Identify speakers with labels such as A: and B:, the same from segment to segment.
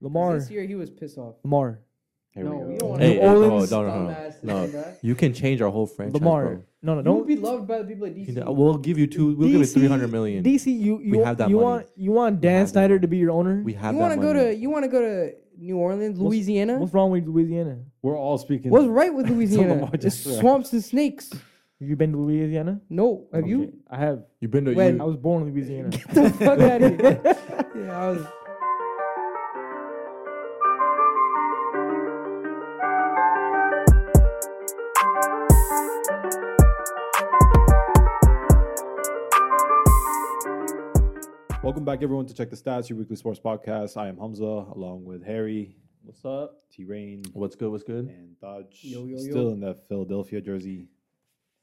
A: Lamar.
B: This year he was pissed off.
A: Lamar.
C: Here
B: no,
C: we go.
B: you don't want
A: Hey,
B: to
A: New hey, Orleans
C: no, no, no,
B: dumbass
C: no,
B: no.
C: no. You can change our whole franchise.
A: Lamar.
C: bro.
A: No, no,
B: You will
A: don't.
B: be loved by the people at
C: You
B: DC.
C: can- we'll give you two. We'll give you
A: DC
C: three hundred million.
A: DC, you you,
C: We have that
A: you
C: money.
A: want you want Dan
C: have that
A: Snyder to
C: money.
A: be your owner?
C: We have.
B: you
C: want to
B: go to you want to go to New Orleans,
A: What's-
B: Louisiana?
A: What's wrong with Louisiana?
D: We're all speaking.
B: What's right with Louisiana?
D: Lamar
B: it's
D: Jackson.
B: swamps and snakes.
A: Have you been to Louisiana?
B: No, have
D: Okay,
B: you?
D: I have.
C: You've been to.
B: When-
A: I
C: you,
A: was born in Louisiana.
B: Get the fuck out of here. yeah, I was.
D: Welcome back, everyone, to Check the Stats, your weekly sports podcast. I am Hamza, along with Harry,
C: what's up?
D: T Rain,
C: What's good? What's good?
D: and Dodge.
B: Yo, yo,
D: Still
B: yo.
D: in that Philadelphia jersey.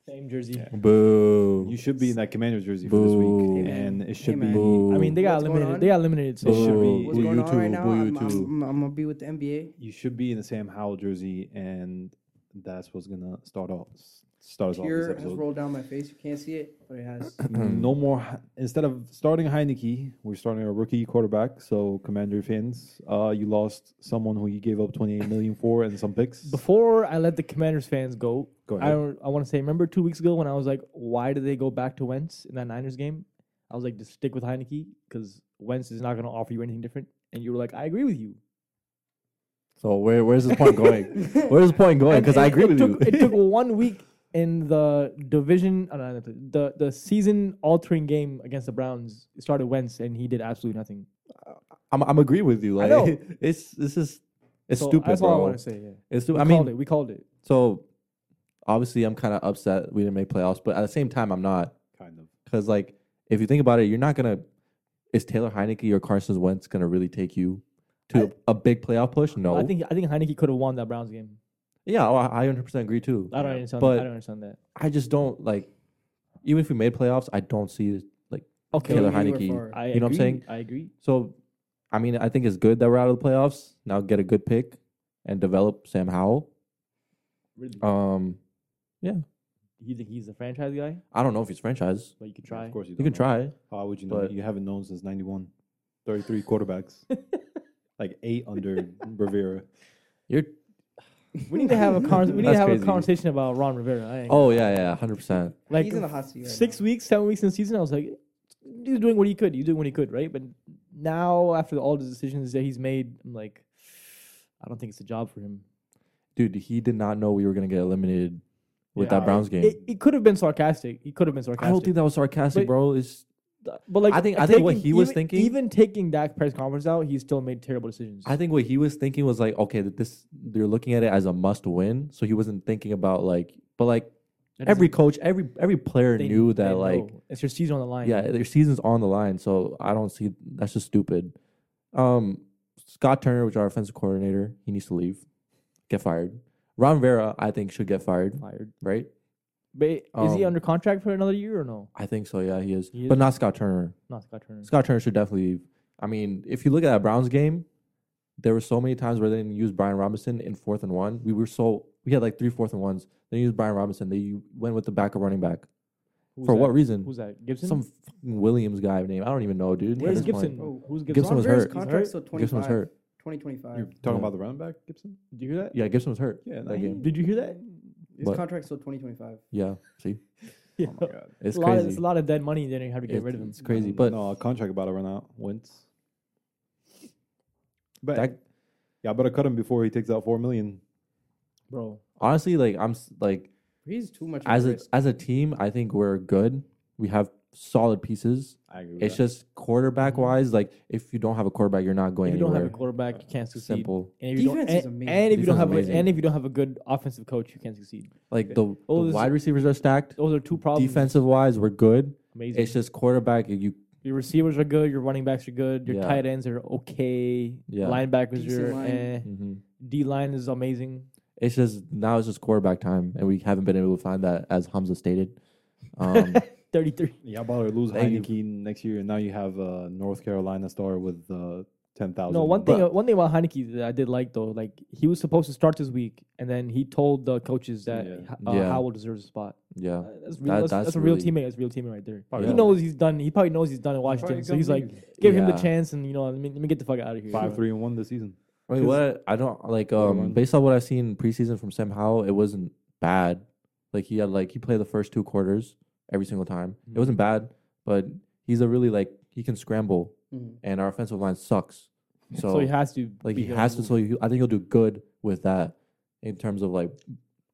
A: Same jersey.
D: Yeah.
C: Boo.
D: You should be in that Commander's jersey for this
C: Boo.
D: week,
C: Hey,
D: and
B: man.
D: it should
B: Hey,
D: be.
C: Boo.
A: I mean, they got
B: What's going
A: eliminated.
B: on?
A: They got eliminated. So
C: It should be.
B: What's
C: Boo
B: going
C: you
B: on
C: too,
B: right now?
C: boo you
B: I'm, I'm,
C: too.
B: I'm, I'm gonna be with the NBA.
D: you should be in the Sam Howell jersey, and that's what's gonna start off. Start us off this
B: Tear has
D: episode.
B: rolled down my face. You can't see it, but it has.
D: no more. H- Instead of starting Heineke, we're starting a rookie quarterback. So, Commander fans, uh, you lost someone who you gave up 28 million for and some picks.
A: Before I let the Commanders fans go,
D: Go
A: I
D: ahead.
A: don't- I want to say, remember two weeks ago when I was like, why did they go back to Wentz in that Niners game? I was like, just stick with Heineke because Wentz is not going to offer you anything different. And you were like, I agree with you.
C: So where where's this point going? where's this point going?
A: And-
C: Because
A: and
C: I agree
A: it
C: with
A: took,
C: you.
A: It took one week in the division, uh, no, the the season altering game against the Browns. It started Wentz, and he did absolutely nothing.
C: I'm I'm agree with you. Like
A: know.
C: it's this is it's
A: So
C: stupid,
A: That's
C: bro.
A: all I want to say. Yeah. We
C: It's stupid. I
A: called
C: mean,
A: it. We called it.
C: so obviously I'm kind of upset we didn't make playoffs, but at the same time I'm not
D: kind of.
C: because like if you think about it, you're not gonna is Taylor Heineke or Carson Wentz gonna really take you to a big playoff push? No,
A: I think I think Heineke could have won that Browns game.
C: yeah, oh, I 100 percent agree too.
A: I don't understand.
C: But-
A: that. I don't understand that.
C: I just don't like even if we made playoffs, I don't see like
A: Okay.
C: Taylor
B: Going anywhere
C: Heineke.
B: far.
A: I
C: you know what I'm
A: agree,
C: saying?
A: I agree.
C: So, I mean, I think it's good that we're out of the playoffs. Now get a good pick and develop Sam Howell.
A: Really,
C: Um,
A: you think he's a franchise guy?
C: I don't know if he's franchise.
A: But you could
D: Yeah,
A: try.
D: Of course, you,
C: You can
D: don't know.
C: try.
D: How would you know?
C: but-
D: you haven't known since 91. 33 quarterbacks, like eight under Rivera.
C: You're
A: We need to have a con- we need to
C: That's
A: have
C: crazy.
A: a conversation about Ron Rivera. I ain't-
C: oh yeah yeah hundred percent.
A: like
B: He's in the hot seat. Right
A: six
B: now.
A: weeks, seven weeks in the season, I was like, he's doing what he could. He's doing what he could, right? But now, after all the decisions that he's made, I'm like, I don't think it's a job for him.
C: Dude, he did not know we were gonna get eliminated with
D: Yeah.
C: that Browns game.
A: It, it could have been sarcastic. He could have been sarcastic.
C: I don't think that was sarcastic,
A: But-
C: bro. It's
A: But like,
C: I think- I think what he was
A: even-
C: thinking-
A: even taking Dak press conference out, he still made terrible decisions.
C: I think what he was thinking was like, okay, that this they're looking at it as a must win, so he wasn't thinking about like, but like
A: That
C: every
A: doesn't-
C: coach, every every player
A: they-
C: knew
A: they
C: that like
A: know. it's your season on the line.
C: yeah, their season's on the line, so I don't see that's just stupid. Um, Scott Turner, which is our offensive coordinator, he needs to leave, get fired. Ron Vera, I think, should get fired,
A: fired.
C: right?
A: But is he
C: Um,
A: under contract for another year or no?
C: I think so. Yeah, he is,
A: He is?
C: but not Scott Turner.
A: Not Scott Turner.
C: Scott Turner should definitely leave. I mean, if you look at that Browns game, there were so many times where they didn't use Brian Robinson in fourth and one. We were so we had like three fourth and ones. They used Brian Robinson. They went with the backup running back
A: Who's
C: for
A: that?
C: what reason?
A: Who's that? Gibson.
C: Some fucking Williams guy name. I don't even know, dude. at
A: Where's
C: this point.
A: Gibson? Oh,
B: point.
A: Who's Gibson?
C: Gibson
B: Ron
C: was
B: Rivera's
C: hurt. He's
B: Contract's
A: hurt?
B: till
C: Gibson was
B: 25,
C: hurt.
B: 2025.
D: You're talking
C: Yeah.
D: about the running back, Gibson?
A: Do you hear that?
C: Yeah, Gibson was hurt.
D: Yeah,
C: that game.
A: Did you hear that?
B: His
C: What?
B: contract's till 2025.
C: Yeah, see,
A: Yeah.
D: Oh my God.
C: it's
A: a lot of,
C: crazy.
A: it's a lot of dead money. Then you have to get
C: It's-
A: rid of him.
C: it's crazy,
D: Um,
C: but
D: no, a contract about to run out. Wentz. But
C: that,
D: yeah, I better cut him before he takes out four million.
A: bro.
C: honestly, like I'm s- like
B: He's too much. of
C: as a
B: risk.
C: as a team, I think we're good. We have solid pieces.
D: I agree. With
C: It's
D: that.
C: just quarterback wise. Like if you don't have a quarterback, you're not going
A: If you don't
C: anywhere.
A: have a quarterback, you can't succeed.
C: Simple.
A: And if you
B: Defense
A: don't,
B: is
A: and,
B: amazing.
A: and if you don't
C: Defense
A: have,
C: is
A: a,
C: amazing.
A: and if you don't have a good offensive coach, you can't succeed.
C: Like
D: Okay.
C: the,
A: Oh,
C: the
A: this-
C: wide receivers are stacked.
A: Those are two problems.
C: Defensive wise, we're good.
A: amazing.
C: It's just quarterback. You
A: your receivers are good. Your running backs are good. Your
C: Yeah.
A: tight ends are okay.
C: Yeah.
A: Linebackers
B: Decent
A: are.
B: line.
A: Eh.
C: mhm.
A: D line is amazing.
C: it's just now it's just quarterback time, and we haven't been able to find that as Hamza stated. Um,
A: Thirty three.
D: yeah, I better lose
C: Thank you.
D: Heineke next year, and now you have a North Carolina star with uh, ten thousand.
A: No, one thing. one thing about Heineke that I did like though, like he was supposed to start this week, and then he told the coaches that
D: Yeah.
A: H- uh,
C: Yeah.
A: Howell deserves a spot.
C: Yeah.
A: Uh, That's, real,
C: That-
A: that's,
C: that's
A: that's, a real
C: really-
A: teammate. That's a real teammate right there.
D: Probably
A: He
C: yeah.
A: knows he's done. He probably knows he's done in Washington, so he's like, give him the
C: Yeah.
A: chance, and you know, let me, let me get the fuck out of here.
D: five, three, and one this season.
C: I mean, what I don't like, um,
D: one.
C: based on what I've seen preseason from Sam Howell, it wasn't bad. Like he had like he played the first two quarters every single time. It
A: Mhm.
C: wasn't bad, but he's a really like he can scramble,
B: Mhm.
C: and our offensive line sucks. So,
A: Mm-hmm. So, he has to.
C: like
A: be
C: he has to.
A: good.
C: So he, I think he'll do good with that in terms of like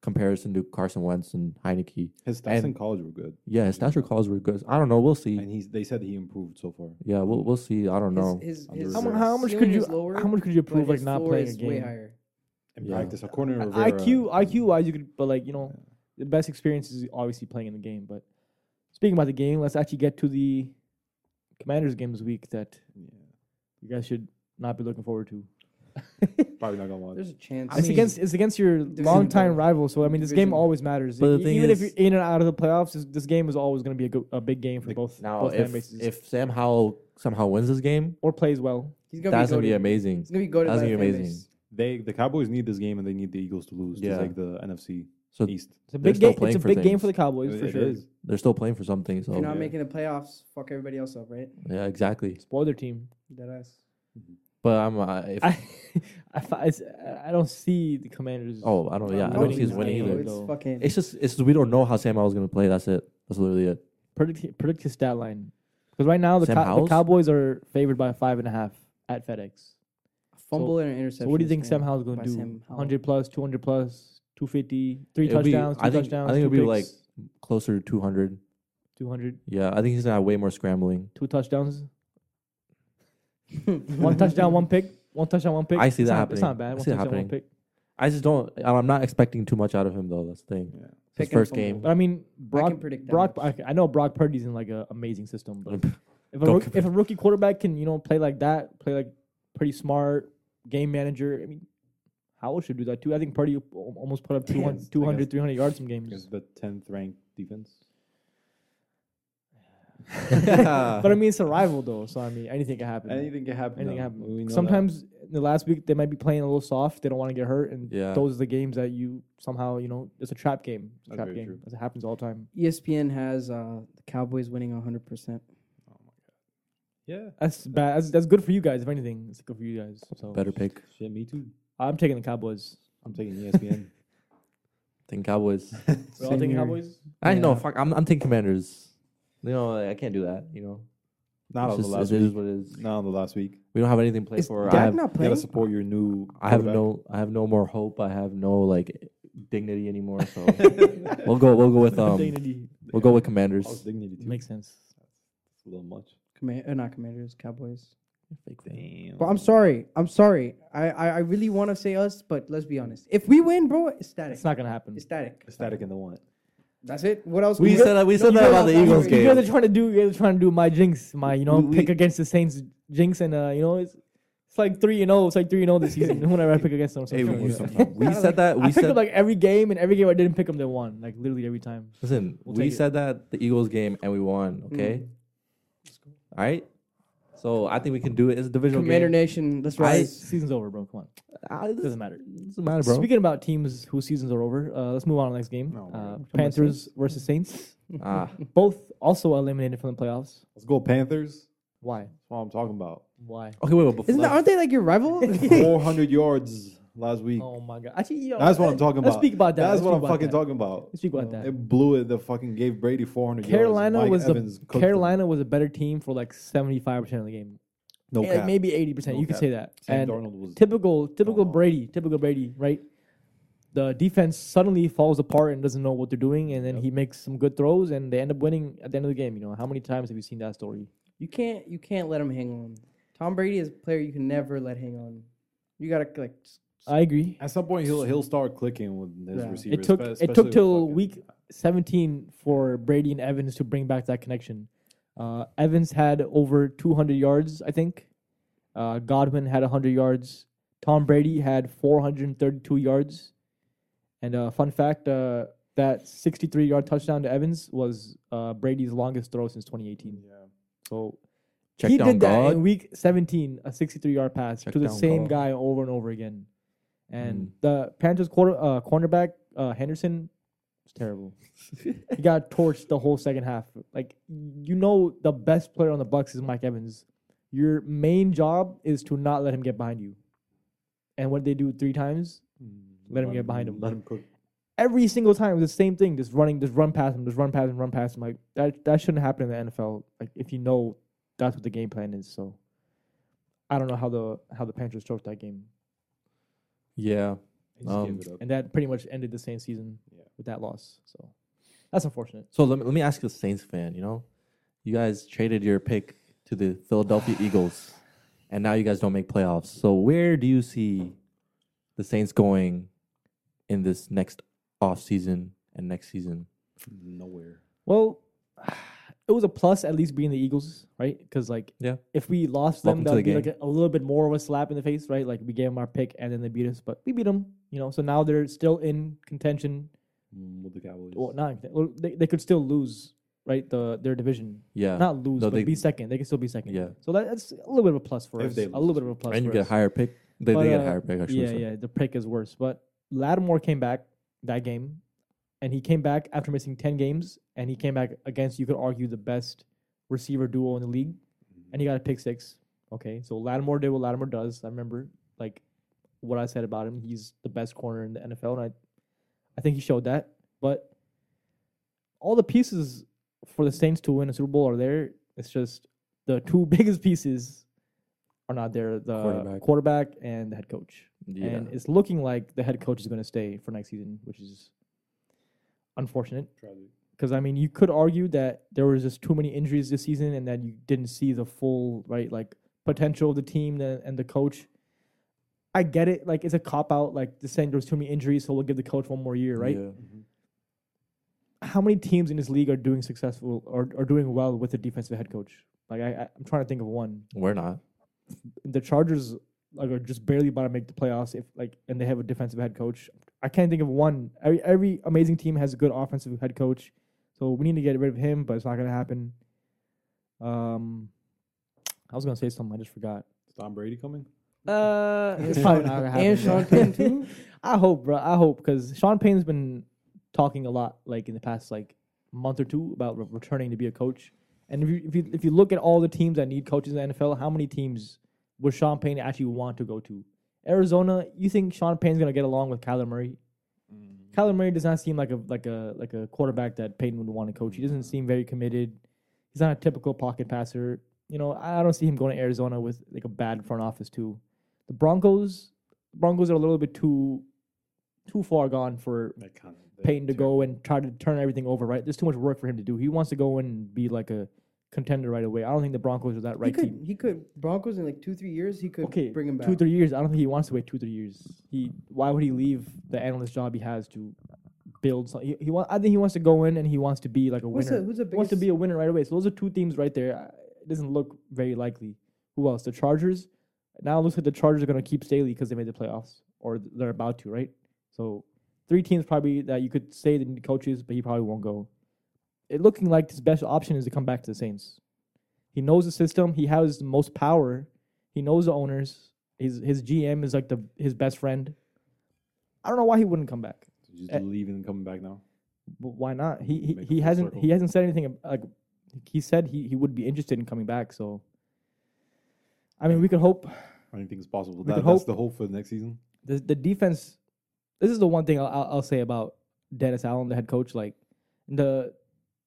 C: comparison to Carson Wentz and Heineke.
D: His stats in
C: And-
D: college were good,
C: Yeah, his natural calls were good. I don't know. We'll see.
D: and he's. They said he improved so far.
C: Yeah, we'll we'll see. I don't know.
B: His,
D: Under
B: his,
A: How, mu-
D: reserve.
A: how much could
B: ceiling
A: you?
B: is lower,
A: how much could you
B: but
A: approve like
B: his
A: not
B: floor
A: playing a
B: is way
A: game?
B: higher.
D: In
C: Yeah.
D: practice, according to Rivera,
A: IQ, IQ wise, you could, but like you know, the best experience is obviously playing in the game. But speaking about the game, let's actually get to the Commanders game this week that
D: yeah,
A: you guys should not be looking forward to.
D: probably not gonna watch.
B: There's a chance.
A: it's against it's against your
B: Division
A: longtime
B: rival.
A: rival, so I mean, this
B: Division.
A: game always matters.
C: But the
A: E-
C: thing
A: Even
C: is-
A: if you're in and out of the playoffs, this, this game is always going to be a, go- a big game for
D: Like,
A: both
C: Now,
A: both fan
C: if
A: bases
C: if Sam Howell somehow wins this game,
A: or plays well.
B: He's gonna
C: that's gonna be
B: goated.
C: amazing.
B: He's gonna be goaded.
C: That's
B: by
C: gonna
B: the
C: be
B: fan
C: amazing.
B: base.
D: They the Cowboys need this game and they need the Eagles to lose.
C: Yeah.
D: Yeah, like the NFC
C: So
D: East.
A: It's a
C: They're
A: big
C: still
A: game. It's
C: playing
A: a
C: for
A: big game
C: things.
A: for the Cowboys
D: It-
A: for
D: it
A: sure.
D: is.
C: they're still playing for something.
B: If you're
C: So
B: not
D: yeah.
B: making the playoffs, fuck everybody else up, right?
C: yeah, exactly.
A: Spoil their team.
B: That ass.
C: But I'm uh, if,
A: I, I, fi- it's- I don't see the Commanders.
C: oh I don't yeah I
A: I'm
C: don't
A: winning
C: see he's
A: this
C: winning
A: game,
C: either.
A: dude.
B: It's
A: though.
B: fucking.
C: It's just it's just we don't know how Sam Howell's gonna play. That's it. That's literally it.
A: predict predict his stat line because right now the,
C: Sam
A: cow the
C: Howell's?
A: Cowboys are favored by five and a half at FedEx.
B: fumble and an interception.
A: So what do you think
B: is
A: Sam
B: fine
A: Howell's going
B: by
A: to do?
B: Sam Howell.
A: 100 plus, 200 plus, 250, three
C: It'll be-
A: touchdowns, two
C: I think- I
A: touchdowns.
C: think it'll
A: two
C: be like-
A: picks,
C: Closer to 200.
A: 200,
C: Yeah, I think he's gonna have way more scrambling.
A: two touchdowns, one touchdown, one pick, one touchdown, one pick.
C: I see
A: It's
C: that
A: not- It's
C: happening.
A: not bad.
C: I
A: One
C: see that
A: touchdown, one
C: happening.
A: pick.
C: I just don't. I'm not expecting too much out of him though. That's the thing.
D: Yeah.
C: His
B: Pick and
C: first
B: fumble.
C: game.
A: But I mean, Brock.
B: predict that
A: Brock. I,
B: much.
A: I know Brock Purdy's in like an amazing system, but if a,
C: Don't
A: rook,
C: compare.
A: if a rookie quarterback can you know play like that, play like pretty smart, game manager. I mean, Howell should do that too. I think Purdy al- almost put up 200,
D: Against-
A: 200
D: against-
A: 300 yards some games.
D: Against the tenth ranked defense.
A: But I mean, it's a rival though, so I mean, anything can happen.
D: Anything can happen.
A: Anything
D: though.
A: can happen.
D: We know that.
A: Sometimes in the last week they might be playing a little soft. They don't want to get hurt, and
C: Yeah.
A: those are the games that you somehow you know it's a trap game. It's a
D: That's
A: trap
D: very
A: game.
D: true.
A: It happens all the time.
B: E ESPN has uh, the Cowboys winning 100. percent
D: Yeah.
A: That's bad. That's, that's good for you guys. If anything, it's good for you guys. So
C: Better pick.
D: Shit, me too.
A: I'm taking the Cowboys.
D: I'm taking E ESPN.
C: Think Cowboys.
A: We're all
B: Same
A: taking
B: here.
A: Cowboys.
C: I know.
B: Yeah.
C: Fuck. I'm. I'm taking Commanders. You know, like, I can't do that. You know,
D: Not
C: It's
D: on the
C: just-
D: last
C: it is
D: week.
C: what it is.
D: Not on the last week.
C: We don't have anything played
B: Is
C: for. I
B: Dak
C: have,
B: not
D: You gotta
B: playing?
D: support your new.
C: I have
D: quarterback.
C: no. I have no more hope. I have no like dignity anymore. So we'll go. We'll go with um.
A: Dignity
C: We'll go with
D: Oh, it's
C: Commanders.
D: dignity too.
A: makes sense.
D: It's a little much.
B: Command- uh, not Commanders, Cowboys.
C: Fake thing.
B: But I'm sorry. I'm sorry. I I, I really want to say us, but let's be honest. If we win, bro, ecstatic.
A: It's not gonna happen.
B: ecstatic.
D: Ecstatic in the one.
B: That's it. What else?
C: We
B: can
C: said that. We said
B: you
C: that
B: guys
C: about the
B: are-
C: Eagles
A: You guys are
C: game.
A: trying to do. You guys are trying to do my jinx. My you know
C: We-
A: pick against the Saints jinx, and uh, you know it's it's like three and zero. It's like three and zero this season. Whenever I pick against them,
C: Hey, we,
A: sometimes.
C: we said that.
A: I
C: We
A: picked
C: said
A: up like every game, and every game I didn't pick them, they won. Like literally every time.
C: Listen,
A: We'll
C: we
A: take it.
C: said that the Eagles game and we won. Okay, all right. So I think we can do it. It's a divisional
B: Commander
C: game.
B: Nation. Let's
C: I-
B: rise.
A: Season's over, bro. Come on,
C: Ah, it
A: doesn't matter.
C: Doesn't matter, bro.
A: Speaking about teams whose seasons are over, uh, let's move on to the next game.
D: No, we're
A: uh,
D: not.
A: Panthers versus Saints,
C: ah,
A: both also eliminated from the playoffs.
D: Let's go Panthers. That's
A: Why?
D: what I'm talking about.
A: Why?
C: okay, wait, wait. Before,
B: Isn't that, aren't they like your rival?
D: 400 yards last week.
A: Oh my god! Actually, you know,
D: That's what I'm
A: let-
D: talking
A: Let's
D: about.
A: speak about that. Let's
D: That's what
A: speak
D: I'm
A: about
D: fucking
A: that.
D: talking about.
A: Let's speak about that.
D: It blew it. The fucking gave Brady 400
A: Carolina
D: yards.
A: was
D: Mike Evans
A: the
D: cooked them.
A: Carolina was a better team for like seventy five percent of the game,
D: No
A: Eh,
D: cap.
A: maybe eighty percent.
D: No
A: you could
D: cap.
A: say that.
D: Sam
A: and
D: Darnold was
A: typical, typical
D: no.
A: Brady, typical Brady, right? The defense suddenly falls apart and doesn't know what they're doing, and then he makes some good throws, and they end up winning at the end of the game. You know, how many times have you seen that story?
B: you can't. You can't let him hang on. Tom Brady is a player you can never let hang on. You gotta like. s-
A: I agree.
D: At some point, he'll he'll start clicking with his
B: Yeah. It
D: receivers.
A: It took
D: spe-
A: it
D: especially
A: took
D: with
A: till
D: fucking-
A: week seventeen for Brady and Evans to bring back that connection. Uh, Evans had over two hundred yards, I think. Uh, Godwin had hundred yards. Tom Brady had four hundred and thirty-two yards. And uh, fun fact: uh, that sixty-three yard touchdown to Evans was uh, Brady's longest throw since twenty eighteen.
D: Yeah.
A: So
C: Check
A: he
C: down
A: did that
C: God.
A: in week 17, a 63 yard pass
C: Check
A: to the
C: down
A: same
C: God.
A: guy over and over again. And
C: Mm.
A: the Panthers quarter uh, cornerback uh, Henderson was terrible. he got torched the whole second half. Like you know, the best player on the Bucks is Mike Evans. Your main job is to not let him get behind you. And what did they do three times?
C: Hmm.
A: Let him get behind him.
D: Let him cook.
A: Every single time, it was the same thing. Just running, just run past him, just run past him, run past him. Like that, that shouldn't happen in the NFL. Like if you know that's what the game plan is. So I don't know how the how the Panthers choked that game.
C: yeah.
D: He just
C: Um,
D: gave it up.
A: and that pretty much ended the same season
D: Yeah.
A: with that loss. So that's unfortunate.
C: So let me, let me ask you, a Saints fan, you know, you guys traded your pick to the Philadelphia Eagles, and now you guys don't make playoffs. So where do you see the Saints going in this next off season and next season?
D: Nowhere.
A: Well, it was a plus at least being the Eagles, right? Because like,
C: Yeah.
A: if we lost them,
C: Welcome to
A: that would
C: the
A: be like a, a little bit more of a slap in the face, right? Like we gave them our pick and then they beat us, but we beat them, you know. So now they're still in contention.
D: Mm, With the Cowboys.
A: Well, not in conten- well, they, they could still lose, right? The their division,
C: Yeah.
A: not lose,
C: No,
A: but
C: they-
A: be second. They could still be second.
C: Yeah.
A: So that, that's a little bit of a plus for
D: If
A: us.
D: they
A: A
D: lose.
A: little bit of a plus.
C: and you
A: for
C: get
A: us.
C: a higher pick. They,
A: But,
C: they get
A: uh,
C: a higher pick, actually.
A: Yeah,
C: so-
A: yeah, the pick is worse. But Lattimore came back that game, and he came back after missing ten games, and he came back against you could argue the best receiver duo in the league, and he
D: Mm-hmm.
A: got a pick six. Okay, so Lattimore did what Lattimore does. I remember like what I said about him. He's the best corner in the NFL, and I, I think he showed that. But all the pieces for the Saints to win a Super Bowl are there. It's just the two biggest pieces are not there: the
C: Quarterback.
A: quarterback and the head coach
C: Yeah.
A: and it's looking like the head coach is going to stay for next season, which is unfortunate.
D: Tragic.
A: Because I mean, you could argue that there was just too many injuries this season, and that you didn't see the full right like potential of the team tha- and the coach. I get it. Like it's a cop out. Like just saying there was too many injuries, so we'll give the coach one more year, right?
C: Yeah.
A: How many teams in this league are doing successful or are doing well with a defensive head coach? Like I, I, I'm trying to think of one.
C: We're not.
A: the Chargers like are just barely about to make the playoffs if like and they have a defensive head coach. I can't think of one. Every, every amazing team has a good offensive head coach. So we need to get rid of him, but it's not gonna happen. Um I was gonna say something, I just forgot.
D: Is Tom Brady coming?
B: Uh,
A: It's probably not gonna happen.
B: and
A: bro.
B: Sean Payne too.
A: I hope, bro. I hope because Sean Payne's been talking a lot, like in the past like month or two, about re- returning to be a coach. And if you, if you if you look at all the teams that need coaches in the NFL, how many teams would Sean Payne actually want to go to? Arizona, you think Sean Payne's gonna get along with Kyler Murray?
B: Mm-hmm.
A: Kyler Murray does not seem like a like a like a quarterback that Payton would want to coach. He
B: Mm-hmm.
A: doesn't seem very committed. He's not a typical pocket passer. You know, I I don't see him going to Arizona with like a bad front office too. The Broncos, Broncos are a little bit too too far gone for
D: That kind of
A: Payton to go and try to turn everything over. Right, there's too much work for him to do. He wants to go in and be like a contender right away. I don't think the Broncos are that
B: He
A: right team.
B: could, he could Broncos in like two three years. He could
A: Okay,
B: bring him back.
A: two three years. I don't think he wants to wait two three years. He why would he leave the analyst job he has to build something? He, he wa- I think he wants to go in and he wants to be like a
B: What's
A: winner.
B: the- who's the
A: He wants to
B: biggest-
A: be a winner right away. So those are two themes right there. I- It doesn't look very likely. Who else? The Chargers. Now it looks like the Chargers are going to keep Staley because they made the playoffs or th- they're about to, right? So three teams probably that you could say that need coaches, but he probably won't go. It looking like his best option is to come back to the Saints. He knows the system. He has the most power. He knows the owners. His his GM is like the his best friend. I don't know why he wouldn't come back.
D: Just
A: Eh.
D: leaving and coming back now.
A: But why not? He he,
D: Make a
A: he
D: full
A: hasn't
D: circle.
A: he hasn't said anything. ab- Like he said he, he would be interested in coming back. So I mean, we could hope
D: Anything's possible.
A: We
D: That,
A: could
D: that's
A: hope-
D: the hope for the next season.
A: the the defense. This is the one thing I'll, I'll, I'll say about Dennis Allen, the head coach. Like the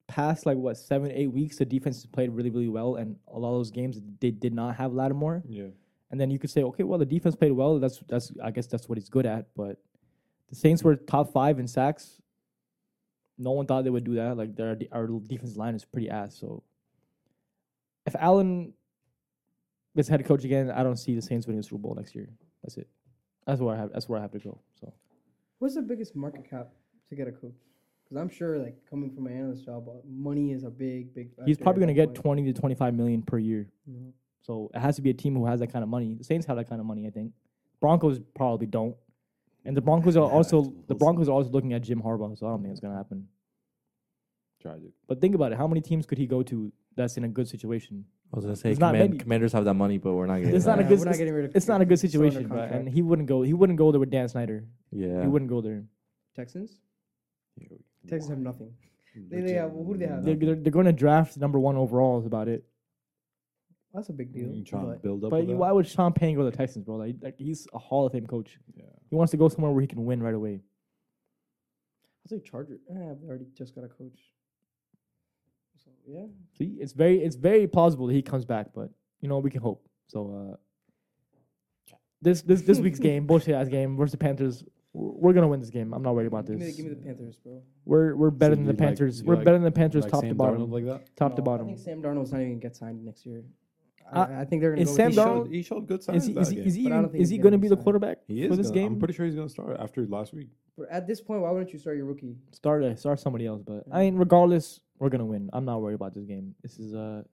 A: past, like what seven eight weeks, the defense has played really really well, and a lot of those games they did not have Lattimore.
D: Yeah.
A: And then you could say, okay, well the defense played well. That's that's I guess that's what he's good at. But the Saints were top five in sacks. No one thought they would do that. Like their our defense line is pretty ass. So if Allen is head coach again, I don't see the Saints winning the Super Bowl next year. That's it. That's where I have. That's where I have to go. So
B: What's the biggest market cap to get a coach? Because I'm sure, like coming from an analyst job, uh, money is a big, big.
A: he's
B: factor
A: probably
B: at
A: going to
B: that
A: get
B: point.
A: twenty to twenty five million per year.
B: Mhm.
A: So it has to be a team who has that kind of money. The Saints have that kind of money, I think. Broncos probably don't. And the Broncos are
D: Yeah,
A: also
D: it's-
A: the Broncos are also looking at Jim Harbaugh, so I don't think it's gonna happen.
D: Tragic.
A: But think about it: how many teams could he go to that's in a good situation?
C: I was gonna say
A: It's not
C: command,
A: many.
C: commanders have that money, but we're not getting.
A: It's not
C: that.
A: a
B: Yeah,
A: good-
B: We're not getting rid of.
A: It's not a good
B: still under
A: situation, but,
B: contract.
A: and he wouldn't go. He wouldn't go there with Dan Snyder.
C: Yeah.
A: He wouldn't go there.
B: Texans. Texans have nothing. They- they have- who do they have?
A: They're, they're, they're going to draft number one overall. Is about it.
B: That's a big deal.
D: You trying to
B: but
D: build up?
A: But
D: with that?
A: why would Sean Payne go to the Texans, bro? Like, like he's a Hall of Fame coach.
D: Yeah.
A: He wants to go somewhere where he can win right away.
B: I'll say Charger. Eh, they already just got a coach. So yeah,
A: See, it's very it's very plausible that he comes back, but you know we can hope. So uh, this this this week's game, bullshit ass game versus the Panthers, we're, we're gonna win this game. I'm not worried about
B: give
A: this.
B: me, the, give me the Panthers, bro.
A: We're we're better
D: So
A: than the
D: you like-
A: Panthers.
D: you
A: we're
D: like-
A: better than the Panthers,
D: Like
A: top to
D: Sam
A: bottom,
D: Darnold like that.
A: top to
B: No, I
A: bottom.
B: think Sam Darnold's not even gonna get signed next year. I,
A: Uh,
B: I think they're gonna.
A: is
B: go
A: Sam
B: with
D: He
A: Darnold-
B: Darnold.
D: showed, he showed good signs.
A: Is he
D: that
A: is he,
D: game.
A: is he
B: But I don't
A: even
B: think
A: is he
B: he's
A: gonna
B: gonna
A: be the
B: sign.
A: quarterback
D: He is
A: for this
D: gonna-
A: game?
D: I'm pretty sure he's gonna start after last week.
B: But at this point, why wouldn't you start your rookie?
A: start a, start somebody else. But I mean, regardless, we're gonna win. I'm not worried about this game. This is a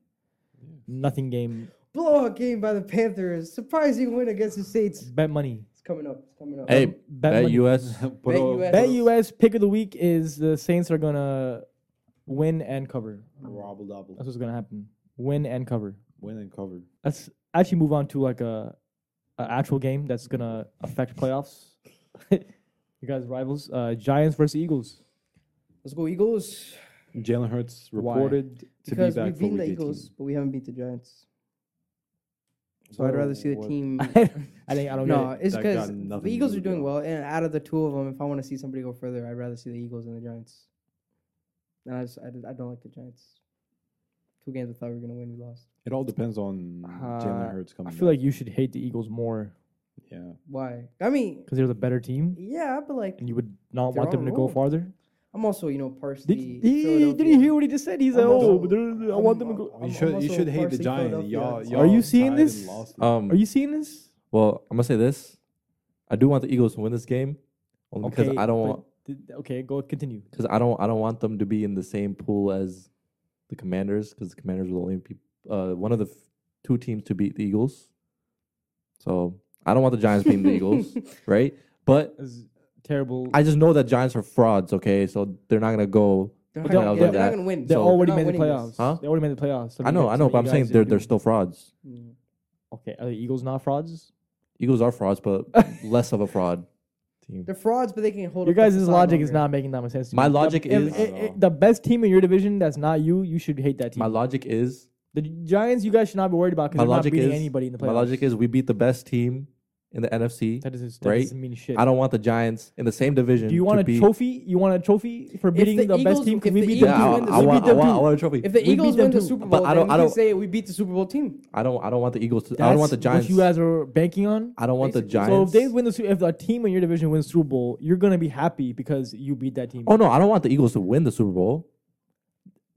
A: nothing game.
B: Blowout game by the Panthers. Surprising win against the Saints.
A: Bet money.
B: It's coming up. It's coming up.
C: Hey,
A: Bet
C: bet
A: money.
C: US.
D: Put
B: uh, Bet
D: all-
B: US.
A: Bet US pick of the week is the Saints are gonna win and cover.
D: Robble double.
A: That's what's gonna happen. Win and cover.
D: Win and cover.
A: Let's actually move on to like a, a actual game that's gonna affect playoffs. you guys rivals, uh, Giants versus Eagles.
B: Let's go Eagles.
D: Jalen Hurts
A: Why?
D: reported to be
B: Because
D: back
B: we've
D: for
B: beaten
D: week
B: the
D: 18.
B: Eagles, but we haven't beat the Giants. So I'd rather see the
D: what-
B: team.
A: I think I don't
B: No,
A: know.
B: it's
D: That got
B: because
D: nothing
B: the
D: to
B: Eagles are
D: do with
B: doing
D: it.
B: well, and out of the two of them, if I want to see somebody go further, I'd rather see the Eagles than the Giants. And I just, I, did- I don't like the Giants. Two games I thought we were gonna win, we lost.
D: It all depends on Jalen
A: Uh,
D: Hurts coming.
A: I feel like you should hate the Eagles more
D: back. yeah.
B: Why? I mean,
A: because they're the better team,
B: yeah, but like,
A: and you would not
B: They're
A: want them
B: on
A: to
B: a
A: go
B: roll.
A: farther.
B: I'm also, you know, partially.
A: Did, he, did
B: Philadelphia.
A: you hear what he just said? He's like,
B: I'm also-
A: oh, but they're- I want them to go.
B: I'm-
D: you should
B: I'm
D: you
B: also
D: should hate the
B: partially
D: Giants.
B: Philadelphia.
D: Y'all, y'all
A: Are you seeing
D: tied
A: this?
D: and lost
B: Oh.
D: it.
C: Um,
A: Are you seeing this?
C: well, I'm gonna say this. I do want the Eagles to win this game, only because I don't
A: but
C: want
A: did- okay, go continue.
C: because I don't I don't want them to be in the same pool as the Commanders because the Commanders will only be uh, one of the f- two teams to beat the Eagles. So I don't want the Giants beating the Eagles, right? But
A: It's terrible.
C: I just know that Giants are frauds. Okay, so they're not gonna go.
B: They're
A: But
B: not,
A: they're-
B: gonna- they're
A: they're
B: not
C: that-
B: gonna win.
A: they
C: so-
A: already
B: They're
A: made
B: not
A: the
B: winning
A: playoffs.
B: this.
C: Huh?
A: They already made the playoffs. So
C: I know,
A: you-
C: I
A: so
C: know, but
A: you
C: I'm saying
A: guys
C: they're
A: didn't
C: they're
A: do-
C: still frauds.
B: Mm.
A: okay. Are the Eagles not frauds?
C: Eagles are frauds, but less of a fraud team.
B: They're frauds, but they can hold.
A: Your
B: up the
A: guys'
B: facade
A: logic is
B: longer.
A: not making that much sense. to
C: My
A: me. The-
C: logic
A: if-
C: is-
A: i- i- the best team in your division that's not you. You should hate that team.
C: My logic is
A: the Giants, you guys should not be worried about
C: my
A: because they're not
C: logic
A: beating
C: is
A: anybody in the playoffs.
C: my logic is we beat the best team in the NFC.
A: that, doesn't, that
C: right?
A: doesn't mean shit.
C: I don't want the Giants in the same division.
A: Do you want
C: to
A: a
C: be,
A: trophy? You want a trophy for beating
B: the
A: the, best
B: Eagles-
A: team? 'Cause
B: if
A: we
B: the
A: beat
B: Eagles
A: them
C: Yeah,
A: too.
C: I,
B: win this-
C: I
A: we
C: want,
A: beat
C: I,
A: them
C: want, I
A: too.
C: want a trophy.
B: If the
A: beat
B: Eagles
A: them
B: win the
A: too.
B: Super
C: But
B: Bowl,
C: I
B: then
C: don't-
B: we
C: I
B: can
C: don't-
B: say we beat the Super Bowl team.
C: I don't. I don't want the Eagles to. I
A: That's
C: don't want the Giants.
A: What you guys are banking on?
C: I don't want the
B: Basically.
C: Giants.
A: So if they win the Su- if a team in your division wins Super Bowl, you're gonna be happy because you beat that team.
C: oh no, I don't want the Eagles to win the Super Bowl.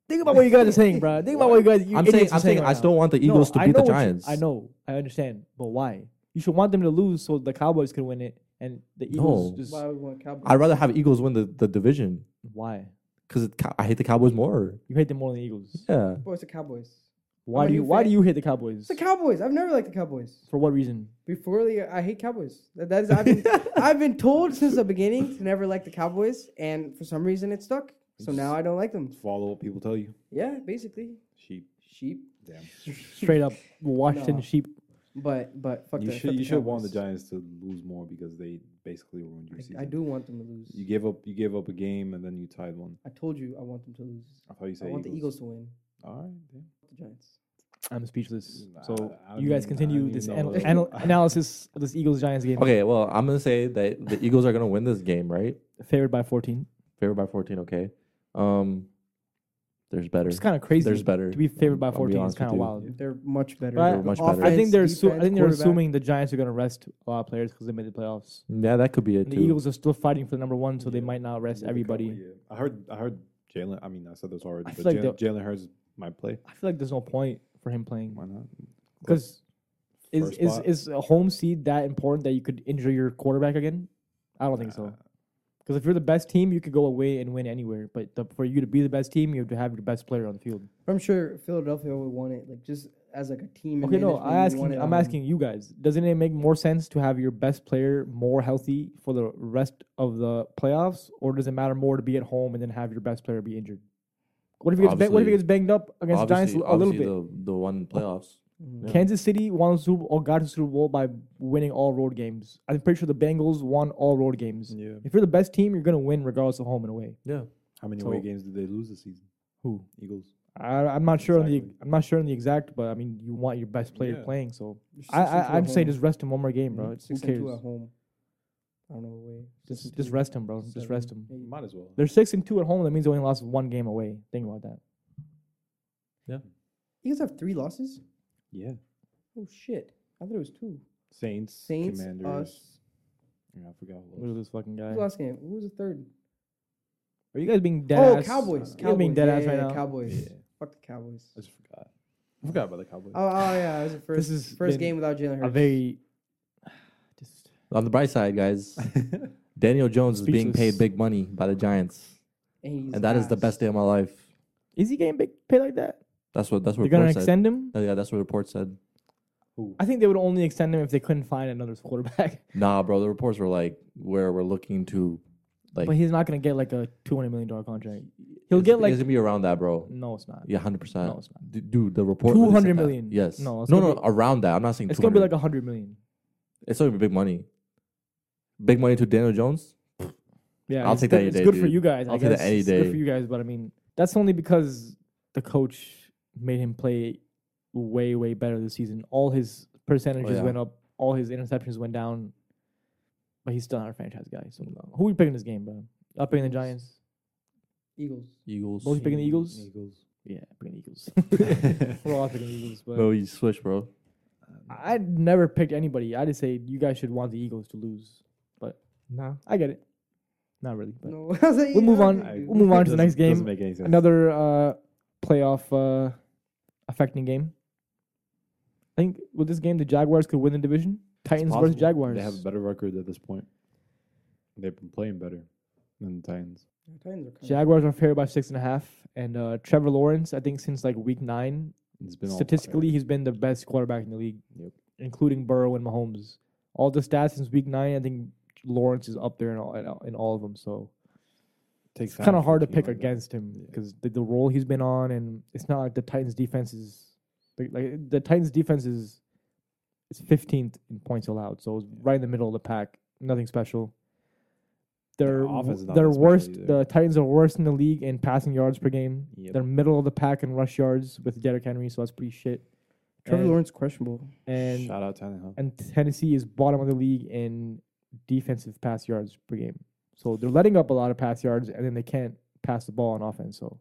A: Think about what you guys are saying, bro. Think about what you guys. You
C: I'm saying.
A: idiots are
C: I'm saying.
A: right
C: I
A: now.
C: still want the
A: No,
C: Eagles
A: I
C: to beat
A: know
C: the
A: what you-
C: Giants.
A: I know. I understand, but why? You should want them to lose so the Cowboys can win it, and the Eagles
C: No.
A: just
B: Why would we want Cowboys?
C: I'd rather have Eagles win the, the division
A: why?
C: because I hate the Cowboys more.
A: You hate them more than the Eagles.
C: Yeah.
B: Boys, the Cowboys.
A: Why
B: I'm a
A: do you?
B: new
A: Why
B: fan.
A: do you hate the Cowboys?
B: It's the Cowboys. I've never liked the Cowboys.
A: For what reason?
B: Before the I hate Cowboys. That, that is I've been, I've been told since the beginning to never like the Cowboys, and for some reason it stuck. So now I don't like them.
D: Follow what people tell you.
B: Yeah, basically
D: Sheep.
B: sheep.
D: Damn.
A: Straight up Washington
B: No.
A: sheep.
B: But but fuck
D: you
B: the,
D: should
B: fuck
D: you
B: the
D: should want the
B: Cowboys.
D: Giants to lose more because they basically ruined your season.
B: I, I do want them to lose.
D: You gave up. You gave up a game and then you tied one.
B: I told you I want them to lose.
D: I thought you
B: I
D: said
B: want the Eagles to win.
D: All right. Damn.
B: The Giants.
A: I'm speechless.
D: I-
A: So
D: I don't
A: you guys
D: even- I
A: continue
D: don't
A: this
D: even know
A: anal-
D: what-
A: anal- analysis of this Eagles Giants game.
C: Okay. Well, I'm gonna say that the Eagles are gonna win this game, right?
A: Favored by 14.
C: Favored by 14. Okay. Um. There's better.
A: It's kind of crazy.
C: There's better.
A: to be favored by
C: I'll be
A: 14 is
C: honest
A: kind
C: with
A: of
C: you.
A: wild.
B: They're much better.
A: But
C: They're much better.
A: I think they're
B: Offense,
A: assu- I
B: defense,
A: think they're
B: quarterback.
A: assuming the Giants are going to rest a lot of players because they made the playoffs.
C: Yeah, that could be it
A: And the
C: too.
A: Eagles are still fighting for the number one, so they
D: Yeah.
A: might not rest
D: Yeah, they
A: everybody.
D: cover, yeah. I heard. I heard Jalen. I mean, I said this already,
A: I
D: but
A: feel like
D: Jalen, Jalen Hurts might play.
A: I feel like there's no point for him playing
D: Why not?
A: because is
D: First
A: is
D: spot.
A: is a home seed that important that you could injure your quarterback again? I don't think so. Because if you're the best team, you could go away and win anywhere. But the, for you to be the best team, you have to have your best player on the field.
B: I'm sure Philadelphia would want it, like just as like a team. and
A: Okay, no,
B: management,
A: I
B: you want
A: asking,
B: it
A: I'm
B: on-
A: asking you guys. Doesn't it make more sense to have your best player more healthy for the rest of the playoffs, or does it matter more to be at home and then have your best player be injured? What if he gets ba- what if he
C: Obviously-
A: gets banged up against the Giants
C: Obviously,
A: a little bit?
C: obviously The, the one in playoffs.
B: Mhm.
C: yeah.
A: Kansas City won Super or got to Super Bowl by winning all road games. I'm pretty sure the Bengals won all road games.
D: Yeah.
A: If you're the best team, you're gonna win regardless of home and away.
C: Yeah.
D: How many away
A: So-
D: games did they lose this season?
A: Who?
D: Eagles.
A: I, I'm not sure on the
D: Exactly.
A: I'm not sure on the exact, but I mean you want your best player
D: Yeah.
A: playing. So
B: Six
A: I,
B: and two at
A: I I'd say
B: home. Mm-hmm.
A: just rest him one more game, bro. Mm, Who
B: Six and two
A: cares?
B: at home. I don't know away. Six
A: Just
B: and
A: just
B: two,
A: rest him, bro. Just
B: seven,
A: rest him.
B: eight.
D: Might as well.
A: They're six and two at home. That means they only lost one game away. Think about that.
B: Eagles have three losses.
D: Yeah.
B: Oh shit! I thought it was two.
D: Saints.
B: Saints,
D: Commanders.
B: us.
D: Yeah, I forgot. who
A: Look
D: else.
A: at this fucking guy.
B: Who's the last game? Who was the third?
A: Are you guys being dead?
B: oh,
A: ass?
B: Cowboys.
A: You guys
B: Cowboys.
A: being dead
B: yeah,
A: ass right
B: yeah,
A: now.
B: Cowboys.
D: Yeah.
B: Fuck the Cowboys.
D: I just forgot. I forgot about the Cowboys.
B: Oh, oh yeah, it was the first
A: This is
B: first game without Jalen
A: A
B: Hurts.
A: very just
C: On the bright side, guys, Daniel Jones is being
A: Speechless.
C: paid big money by the Giants,
B: and, he's
C: and that is the
B: ass.
C: best day of my life.
A: is he getting big paid like that?
C: That's what that's what
A: They're gonna
C: report said.
A: extend him.
C: Oh, yeah, that's what report said.
D: Who?
A: I think they would only extend him if they couldn't find another quarterback.
C: Nah, bro, the reports were like where we're looking to, like
A: but he's not gonna get like a two hundred million dollar contract. He'll
C: it's-
A: get like
C: it's gonna be around that, bro.
A: no, it's not.
C: Yeah, hundred percent.
A: No, it's not.
C: Dude, the report.
A: 200
C: 200
A: million.
C: Yes.
A: No,
C: No,
A: it's
C: no,
A: gonna be-
C: no, around that. I'm not saying
A: It's
C: it's
A: gonna
C: 200.
A: be like a hundred million.
C: it's gonna be big money. Big money to Daniel Jones.
A: Yeah,
C: I'll
A: it's
C: take
A: good,
C: that any
A: It's
C: day,
A: good for
C: dude.
A: you guys. I
C: I'll take that
A: guess.
C: any
A: It's Good
C: day.
A: for you guys, but I mean, that's only because the coach made him play way, way better this season. All his percentages
C: Oh, yeah.
A: went up. All his interceptions went down. But he's still not a franchise guy. So who are you picking this game, bro? Y'all picking the Giants?
B: Eagles.
C: Eagles.
A: Both you picking the Eagles?
D: Eagles.
A: Yeah, picking the Eagles. We're all picking the Eagles, but
C: No, you switch, bro.
A: I never picked anybody. I just say you guys should want the Eagles to lose.
C: Nah.
A: I get it. Not really, but
B: No, I was like,
A: We'll move
B: yeah,
A: on.
B: I
D: I-
B: do.
A: we'll move on to the
D: Doesn't-
A: next game.
D: Doesn't make any sense.
A: another uh, playoff uh, affecting game. I think with this game, the Jaguars could win the division. Titans versus
D: possible.
A: Jaguars.
D: They have a better record at this point. They've been playing better than the Titans.
B: Titans are kinda-
A: Jaguars are favored by six and a half, and uh, Trevor Lawrence. I think since like week nine,
D: It's been all fire.
A: statistically, he's been the best quarterback in the league,
D: Yep.
A: including Burrow and Mahomes. All the stats since week nine, I think Lawrence is up there in all in all- in all of them. So
D: Takes
A: it's
D: time
A: kind of
D: for a
A: hard to
D: team
A: pick
D: like that.
A: against him
D: Yeah.
A: because the, the role he's been on, and it's not like the Titans' defense is like, like the Titans' defense is it's 15th in points allowed, so it's right in the middle of the pack. Nothing special.
D: Their
A: They're
D: offense is not
A: they're
D: that special
A: worst.
D: either.
A: The Titans are worst in the league in passing yards per game.
D: Yep.
A: They're middle of the pack in rush yards with Derrick Henry, so that's pretty shit.
B: Trevor
A: and-
B: Lawrence questionable.
A: And
D: Shout out Tannehill.
A: and Tennessee is bottom of the league in defensive pass yards per game. So they're letting up a lot of pass yards, and then they can't pass the ball on offense. So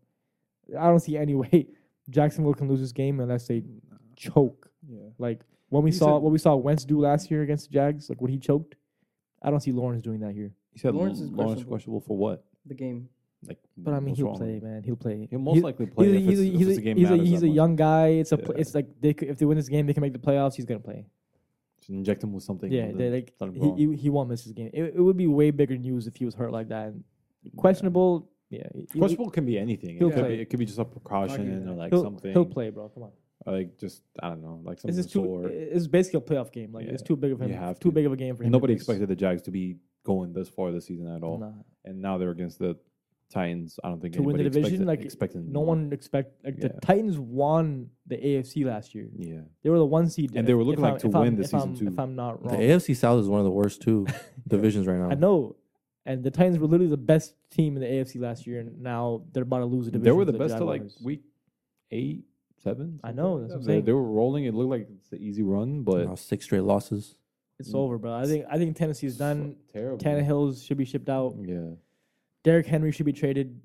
A: I don't see any way Jacksonville can lose this game unless they choke.
D: Yeah.
A: Like when we
D: You
A: saw
D: said-
A: what we saw Wentz do last year against the Jags, like what he choked. I don't see Lawrence doing that here.
D: He said
B: Lawrence
D: Lawrence,
B: is
D: Lawrence
B: questionable.
D: questionable for what?
B: The game.
D: Like,
A: But I mean,
D: what's
A: he'll
D: wrong with
A: play,
D: him?
A: man. He'll play.
D: He'll most likely
A: He's
D: play.
A: a,
D: if
A: he's a,
D: it's- if
A: he's
D: it's
A: a,
D: game
A: he's a,
D: matters
A: he's
D: that
A: a
D: much.
A: young guy. It's a. pl-
D: Yeah.
A: It's like they could, if they win this game, they can make the playoffs. He's gonna play.
D: Just inject him with something.
A: Yeah,
D: other
A: they,
D: than
A: like
D: Thunder
A: he,
D: Brown.
A: he, he won't miss his game. It, it would be way bigger news if he was hurt like that. And questionable, yeah. he-
D: Yeah. Questionable can be anything. It
A: he'll
D: could
A: play.
D: be, it could be just a precaution
B: Arguably.
D: and or like
A: He'll,
D: something.
A: he'll play, bro. Come on.
D: or, Like just I don't know, like
A: This
D: something
A: is too. e-
D: sore.
A: It's basically a playoff game. Like it's
D: Yeah,
A: too big of
D: you
A: him.
D: have
A: too
D: to.
A: big of a game for him.
D: And
A: to
D: nobody
A: miss.
D: expected the Jags to be going this far this season at all. Mm.
A: Nah.
D: And now they're against the Titans. I don't think
A: To win the
D: anybody expects-
A: division, like,
D: expected
A: No
D: more.
A: one expect like the
D: Yeah.
A: Titans won the AFC last year.
D: Yeah.
A: They were the one seed,
D: And they were
A: if-
D: looking
A: if
D: like
A: I'm-
D: to
A: if
D: win
A: I'm-
D: this
A: if
D: season,
A: I'm-
D: too.
A: If I'm not
C: The
A: wrong,
C: AFC South is one of the worst two divisions right now.
A: I know. And the Titans were literally the best team in the AFC last year, and now they're about to lose a division.
D: They were
A: to
D: the best till like
A: Jaguars.
D: week eight, seven.
A: I
D: something
A: know,
D: like
A: that's what
D: that.
A: I'm
D: They-
A: saying.
D: They were rolling. It looked like it's an easy run, but
C: Now six straight losses.
A: It's over, bro. I think I think Tennessee's
D: fu-
A: done.
D: Terrible.
A: Tannehills should be shipped out.
D: Yeah.
A: Derrick Henry should be traded.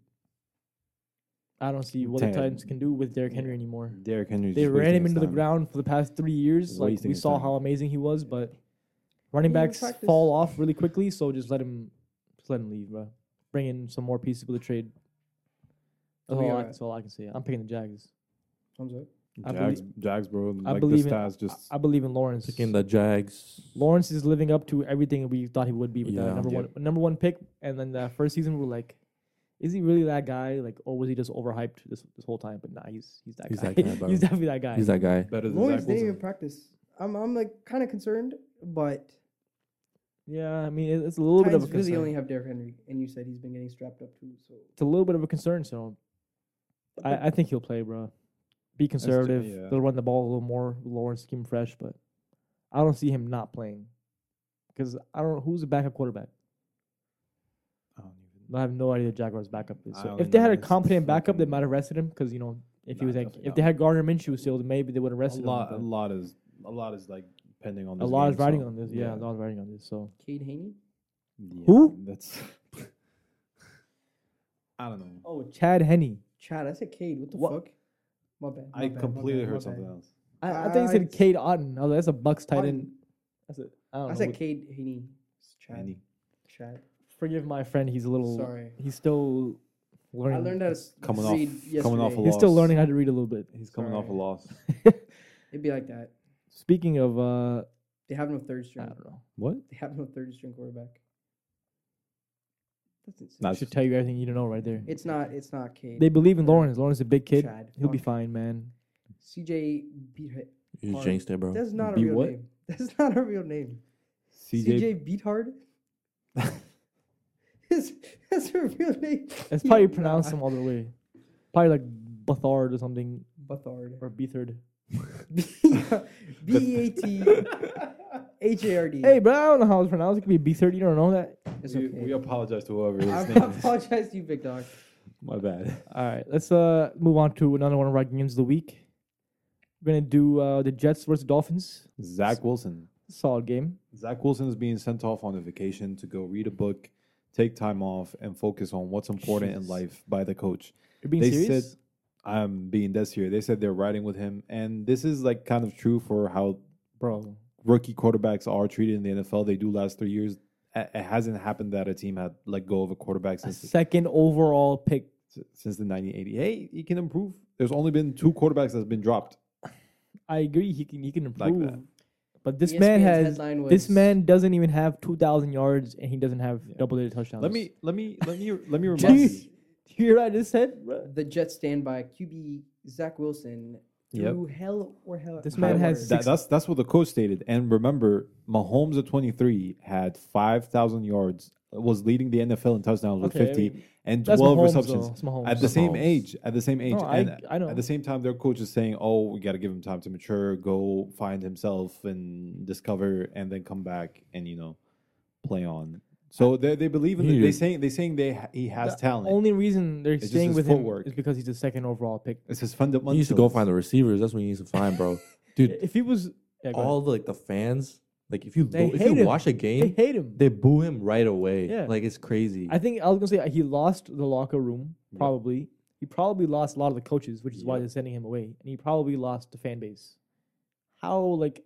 A: I don't see what
D: Tan-
A: the Titans can do with Derrick Henry
D: Yeah.
A: anymore.
D: Derrick Henry.
A: They ran him into the ground for the past three years.
D: He's
A: like
D: wasting
A: we
D: his
A: saw
D: time.
A: how amazing he was, but running
B: He even
A: backs
B: practiced.
A: fall off really quickly. So just let him, just let him leave, bro. Bring in some more pieces with the trade. That's,
D: Oh,
B: We
A: all I,
B: are-
A: that's all I can say. I'm picking the Jags.
B: Thumbs up.
A: I
D: Jags, Jags, bro.
A: I
D: like
A: believe
D: the
A: in-
D: stats just
A: I believe in Lawrence.
C: Picking the Jags.
A: Lawrence is living up to everything we thought he would be with that
C: Yeah.
A: number
D: Yeah.
A: one number one pick. And then the first season we were like, is he really that guy? Like, or was he just overhyped this this whole time? But nah, he's he's that
C: He's
A: guy.
C: that guy, bro.
A: he's definitely that guy.
C: He's that guy.
D: better than
B: Lawrence
D: Zach
B: didn't even
D: Wilson.
B: practice. I'm I'm like kind of concerned, but
A: yeah, I mean it- it's a little bit of a
B: Titans really
A: concern.
B: only have Derrick Henry, and you said he's been getting strapped up too. So
A: it's a little bit of a concern. So I, I think he'll play, bro. Be conservative.
D: yeah.
A: They'll run the ball a little more, Lawrence scheme fresh, but I don't see him not playing because I don't who's the backup quarterback.
D: I don't even-
A: I have no idea who Jaguars backup is.
D: I
A: So
D: only
A: if they had
D: know
A: a
D: his
A: competent backup, they
D: fucking-
A: might have rested him because you know if he
D: Nah,
A: was like
D: definitely
A: if they
D: not.
A: had Gardner Minshew still, maybe they would have
D: A
A: rested
D: lot, a
A: him.
D: lot is, a lot is like pending on
A: but
D: this.
A: A lot is
D: game,
A: riding
D: so,
A: on this. Yeah, a lot is riding on this. So
B: Cade Haney?
D: Yeah,
A: Who?
D: That's. I don't know.
A: oh, Chad Henney.
B: Chad, I said Cade. What the
A: What?
B: fuck? My bad. my
D: I
B: bad, my
D: completely
B: bad, my
D: heard
B: bad.
D: something else.
A: I, I think he
B: I-
A: said Kate Otten. Oh, that's a Bucks tight
B: Otten.
A: end. That's it. I don't
B: I
A: know.
B: said
A: what-
B: Cade Haney. It's Chad.
D: Any-
B: Chad.
A: Forgive my friend. He's a little.
B: Sorry.
A: He's still learning.
B: I learned how to s-
D: Coming off-
B: read yesterday.
D: coming off a
A: He's still
D: loss.
A: learning how to read a little bit.
D: He's coming off a
B: Sorry.
D: loss.
B: It'd be like that.
A: Speaking of, uh,
B: They have no third
A: I
B: string.
A: don't know.
D: What?
B: They have no third string quarterback. That's insane.
A: I
D: Not
A: should tell you everything you don't know right there.
B: It's not. It's not Cade.
A: They believe in Lawrence. Lawrence is a big kid.
B: Chad.
A: He'll be
B: Fuck.
A: fine, man.
B: CJ Beathard.
C: You
B: Hard.
C: just jinxed it, bro.
B: That's not a
D: Be
B: real
D: what?
B: name. That's not a real name.
D: CJ.
B: CJ Beathard. That's that's a real name.
A: That's probably
B: Nah.
A: pronounced some other way. Probably like Bathard or something
B: Bathard.
A: or Beathard.
B: B E A T H A R D.
A: Hey, but I don't know how it's pronounced. It could be Beathard. You don't know that.
B: it's
D: we,
B: okay.
D: we apologize to whoever
B: I
D: his name is.
B: apologize to you, Big Dog.
D: My bad.
A: All right, let's uh move on to another one of our games of the week. We're gonna do uh the Jets versus Dolphins.
D: Zach Wilson.
A: Solid game.
D: Zach Wilson is being sent off on a vacation to go read a book, take time off, and focus on what's important in
A: Jeez.
D: life by the coach.
A: You're being
D: they
A: serious.
D: said, I'm being dead here. They said they're riding with him. And this is like kind of true for how
A: bro.
D: rookie quarterbacks are treated in the NFL. They do last three years. A- It hasn't happened that a team had let go of a quarterback
A: A
D: since
A: second overall pick.
D: since the 1980. Hey, he can improve. There's only been two quarterbacks that's been dropped.
A: I agree. He can he can
D: Like
A: improve,
D: that.
A: but this man
B: ESPN's
A: has
B: headline was,
A: this man doesn't even have two thousand yards and he doesn't have double digit touchdowns.
D: Let me let me let me let me remind you.
A: Jeez. Do you hear what I just said? bruh?
B: The Jets stand by QB Zach Wilson
D: Yep.
B: through hell or hell.
A: This
B: high
A: man
B: water.
A: has
D: That, that's that's what the coach stated. And remember, Mahomes at 23 had 5,000 yards, was leading the NFL in touchdowns
A: Okay, I
D: with 50
A: mean,
D: and
A: that's
D: 12
A: Mahomes, though.
D: receptions
A: It's Mahomes.
D: at the same
C: Mahomes.
D: age. At the same age,
A: No, I-
D: and
A: I know.
D: at the same time, their coach is saying, "Oh, we got to give him time to mature, go find himself and discover, and then come back and you know play on." So they they believe in
C: He
D: it. They
C: is-
D: saying they saying they ha- he has
A: The
D: talent.
A: Only reason they're
D: just
A: staying
D: his
A: with
D: footwork.
A: him is because he's the second overall pick.
D: it's his fundamental.
C: You used to go find the receivers. That's what you used to find, bro. Dude,
A: If he was, yeah, go ahead.
C: all the, like the fans, like if you
A: They
C: go, if
A: hate
C: you
A: him.
C: watch a
A: they
C: game,
A: hate him.
C: they boo him right away.
A: Yeah.
C: Like it's crazy.
A: I think I was gonna say he lost the locker room. Probably he probably lost a lot of the coaches, which is why
D: Yep.
A: they're sending him away, and he probably lost the fan base. How like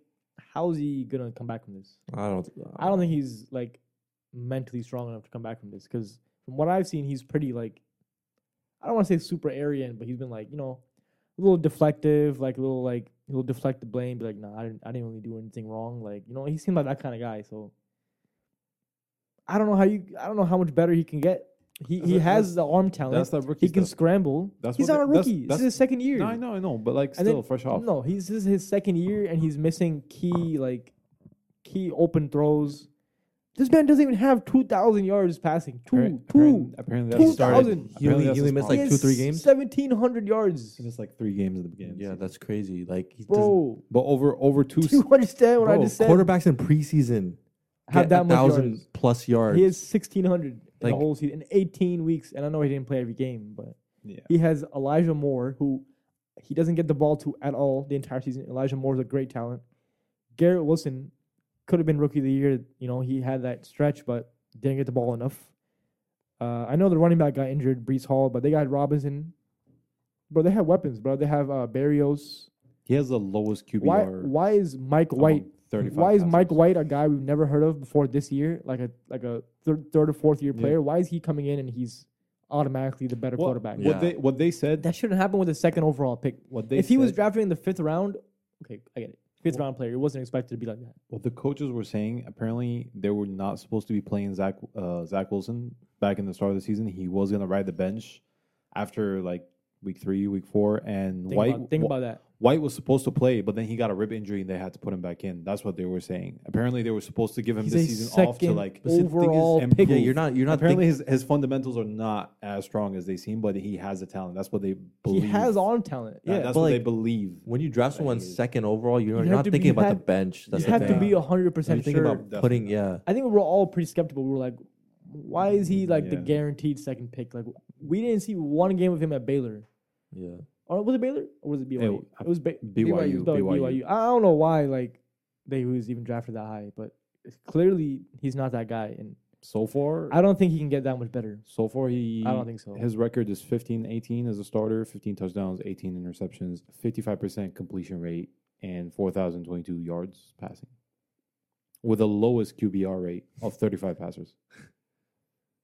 A: how's he gonna come back from this?
C: I don't.
A: I don't think
D: Um,
A: he's like mentally strong enough to come back from this because from what I've seen, he's pretty like I don't want to say super Aryan, but he's been like you know a little deflective, like a little like he'll deflect the blame, be like, nah, I didn't, I didn't really do anything wrong. Like you know, he seemed like that kind of guy. So I don't know how you, I don't know how much better he can get. He
D: That's
A: he
D: the-
A: has the arm talent.
D: That's that rookie.
A: he can
D: stuff.
A: scramble.
D: That's
A: he's
D: what
A: not a
D: they- that's-
A: rookie.
D: that's-
A: this is his second year.
D: No, I know, I know, but like
A: And
D: still
A: then-
D: fresh off.
A: No, he's this is his second year, and he's missing key like key open throws. This man doesn't even have two thousand yards passing. Two,
D: Apparen-
A: two.
D: apparent- apparently
A: He
D: that's his
A: started-
C: He
D: problem.
C: only,
D: Apparently
C: he
D: that's
C: only
D: his
C: missed like
D: problem.
C: two, three games.
A: Seventeen hundred yards,
D: He missed like three games at the beginning.
C: Yeah, that's crazy. Like he doesn't-
A: bro.
D: but over over two.
A: Do you understand what I
C: Bro,
A: just said?
C: quarterbacks in preseason
A: Have
C: get
A: that
C: a
A: much
C: thousand
A: yards.
C: plus yards.
A: He has sixteen hundred in
C: Like-
A: the whole season in eighteen weeks, and I know he didn't play every game, but
D: yeah.
A: he has Elijah Moore, who he doesn't get the ball to at all the entire season. Elijah Moore's a great talent. Garrett Wilson could have been rookie of the year. You know, he had that stretch, but didn't get the ball enough. Uh, I know the running back got injured, Brees Hall, but they got Robinson. Bro, they have weapons, bro. They have uh, Barrios.
D: He has the lowest QBR.
A: Why? Why is Mike
D: among
A: White?
D: 35
A: Why is Mike
D: passers.
A: White a guy we've never heard of before this year? Like a like a third, third or fourth year
D: Yeah.
A: player. Why is he coming in and he's automatically the better
D: What-
A: quarterback?
D: What
C: Yeah.
D: they what they said.
A: That shouldn't happen with a second overall pick.
D: What they
A: if he was
D: said-
A: drafted in the fifth round, okay, I get it. Fifth round player, it wasn't expected to be like that.
D: what the coaches were saying. Apparently, they were not supposed to be playing Zach uh, Zach Wilson back in the start of the season. He was going to ride the bench after like week three, week four, and
A: Think,
D: White.
A: about, think
D: Wh-
A: about that.
D: White was supposed to play, but then he got a rib injury and they had to put him back in. That's what they were saying. Apparently, they were supposed to give him
A: He's
D: the
A: a
D: season off to
A: second
D: like
A: But see, the thing is, overall pick.
D: improve.
C: Yeah, you're not. You're not.
D: Apparently,
C: Think,
D: his, his fundamentals are not as strong as they seem, but he has the talent. That's what they
A: He
D: believe.
A: has arm talent.
D: That-
A: Yeah.
D: that's
C: but,
D: what
C: like,
D: they believe.
C: when you draft someone
D: Like,
C: second overall, you're,
A: you have
C: not
A: to be-
C: thinking
A: you
C: about the
A: have-
C: bench. That's
A: you
C: the
A: have to
C: thing.
A: be
D: Yeah.
A: hundred
C: You're
A: percent
D: You're
A: sure.
D: thinking about definitely.
C: putting. Yeah.
A: I think we were all pretty skeptical. We were like, why is he like the
D: Yeah.
A: guaranteed second pick? Like we didn't see one game of him at Baylor.
C: Yeah.
A: Or was it Baylor? Or was it BYU? It,
D: I-
A: was ba-
D: BYU,
A: it was BYU.
D: BYU.
A: I don't know why like they was even drafted that high, but clearly he's not that guy, and
D: So far,
A: I don't think he can get that much better.
D: so far he.
A: I don't think so.
D: His record is 15 18 as a starter, 15 touchdowns, 18 interceptions, 55% completion rate, and 4,022 yards passing. With the lowest QBR rate of 35 passers.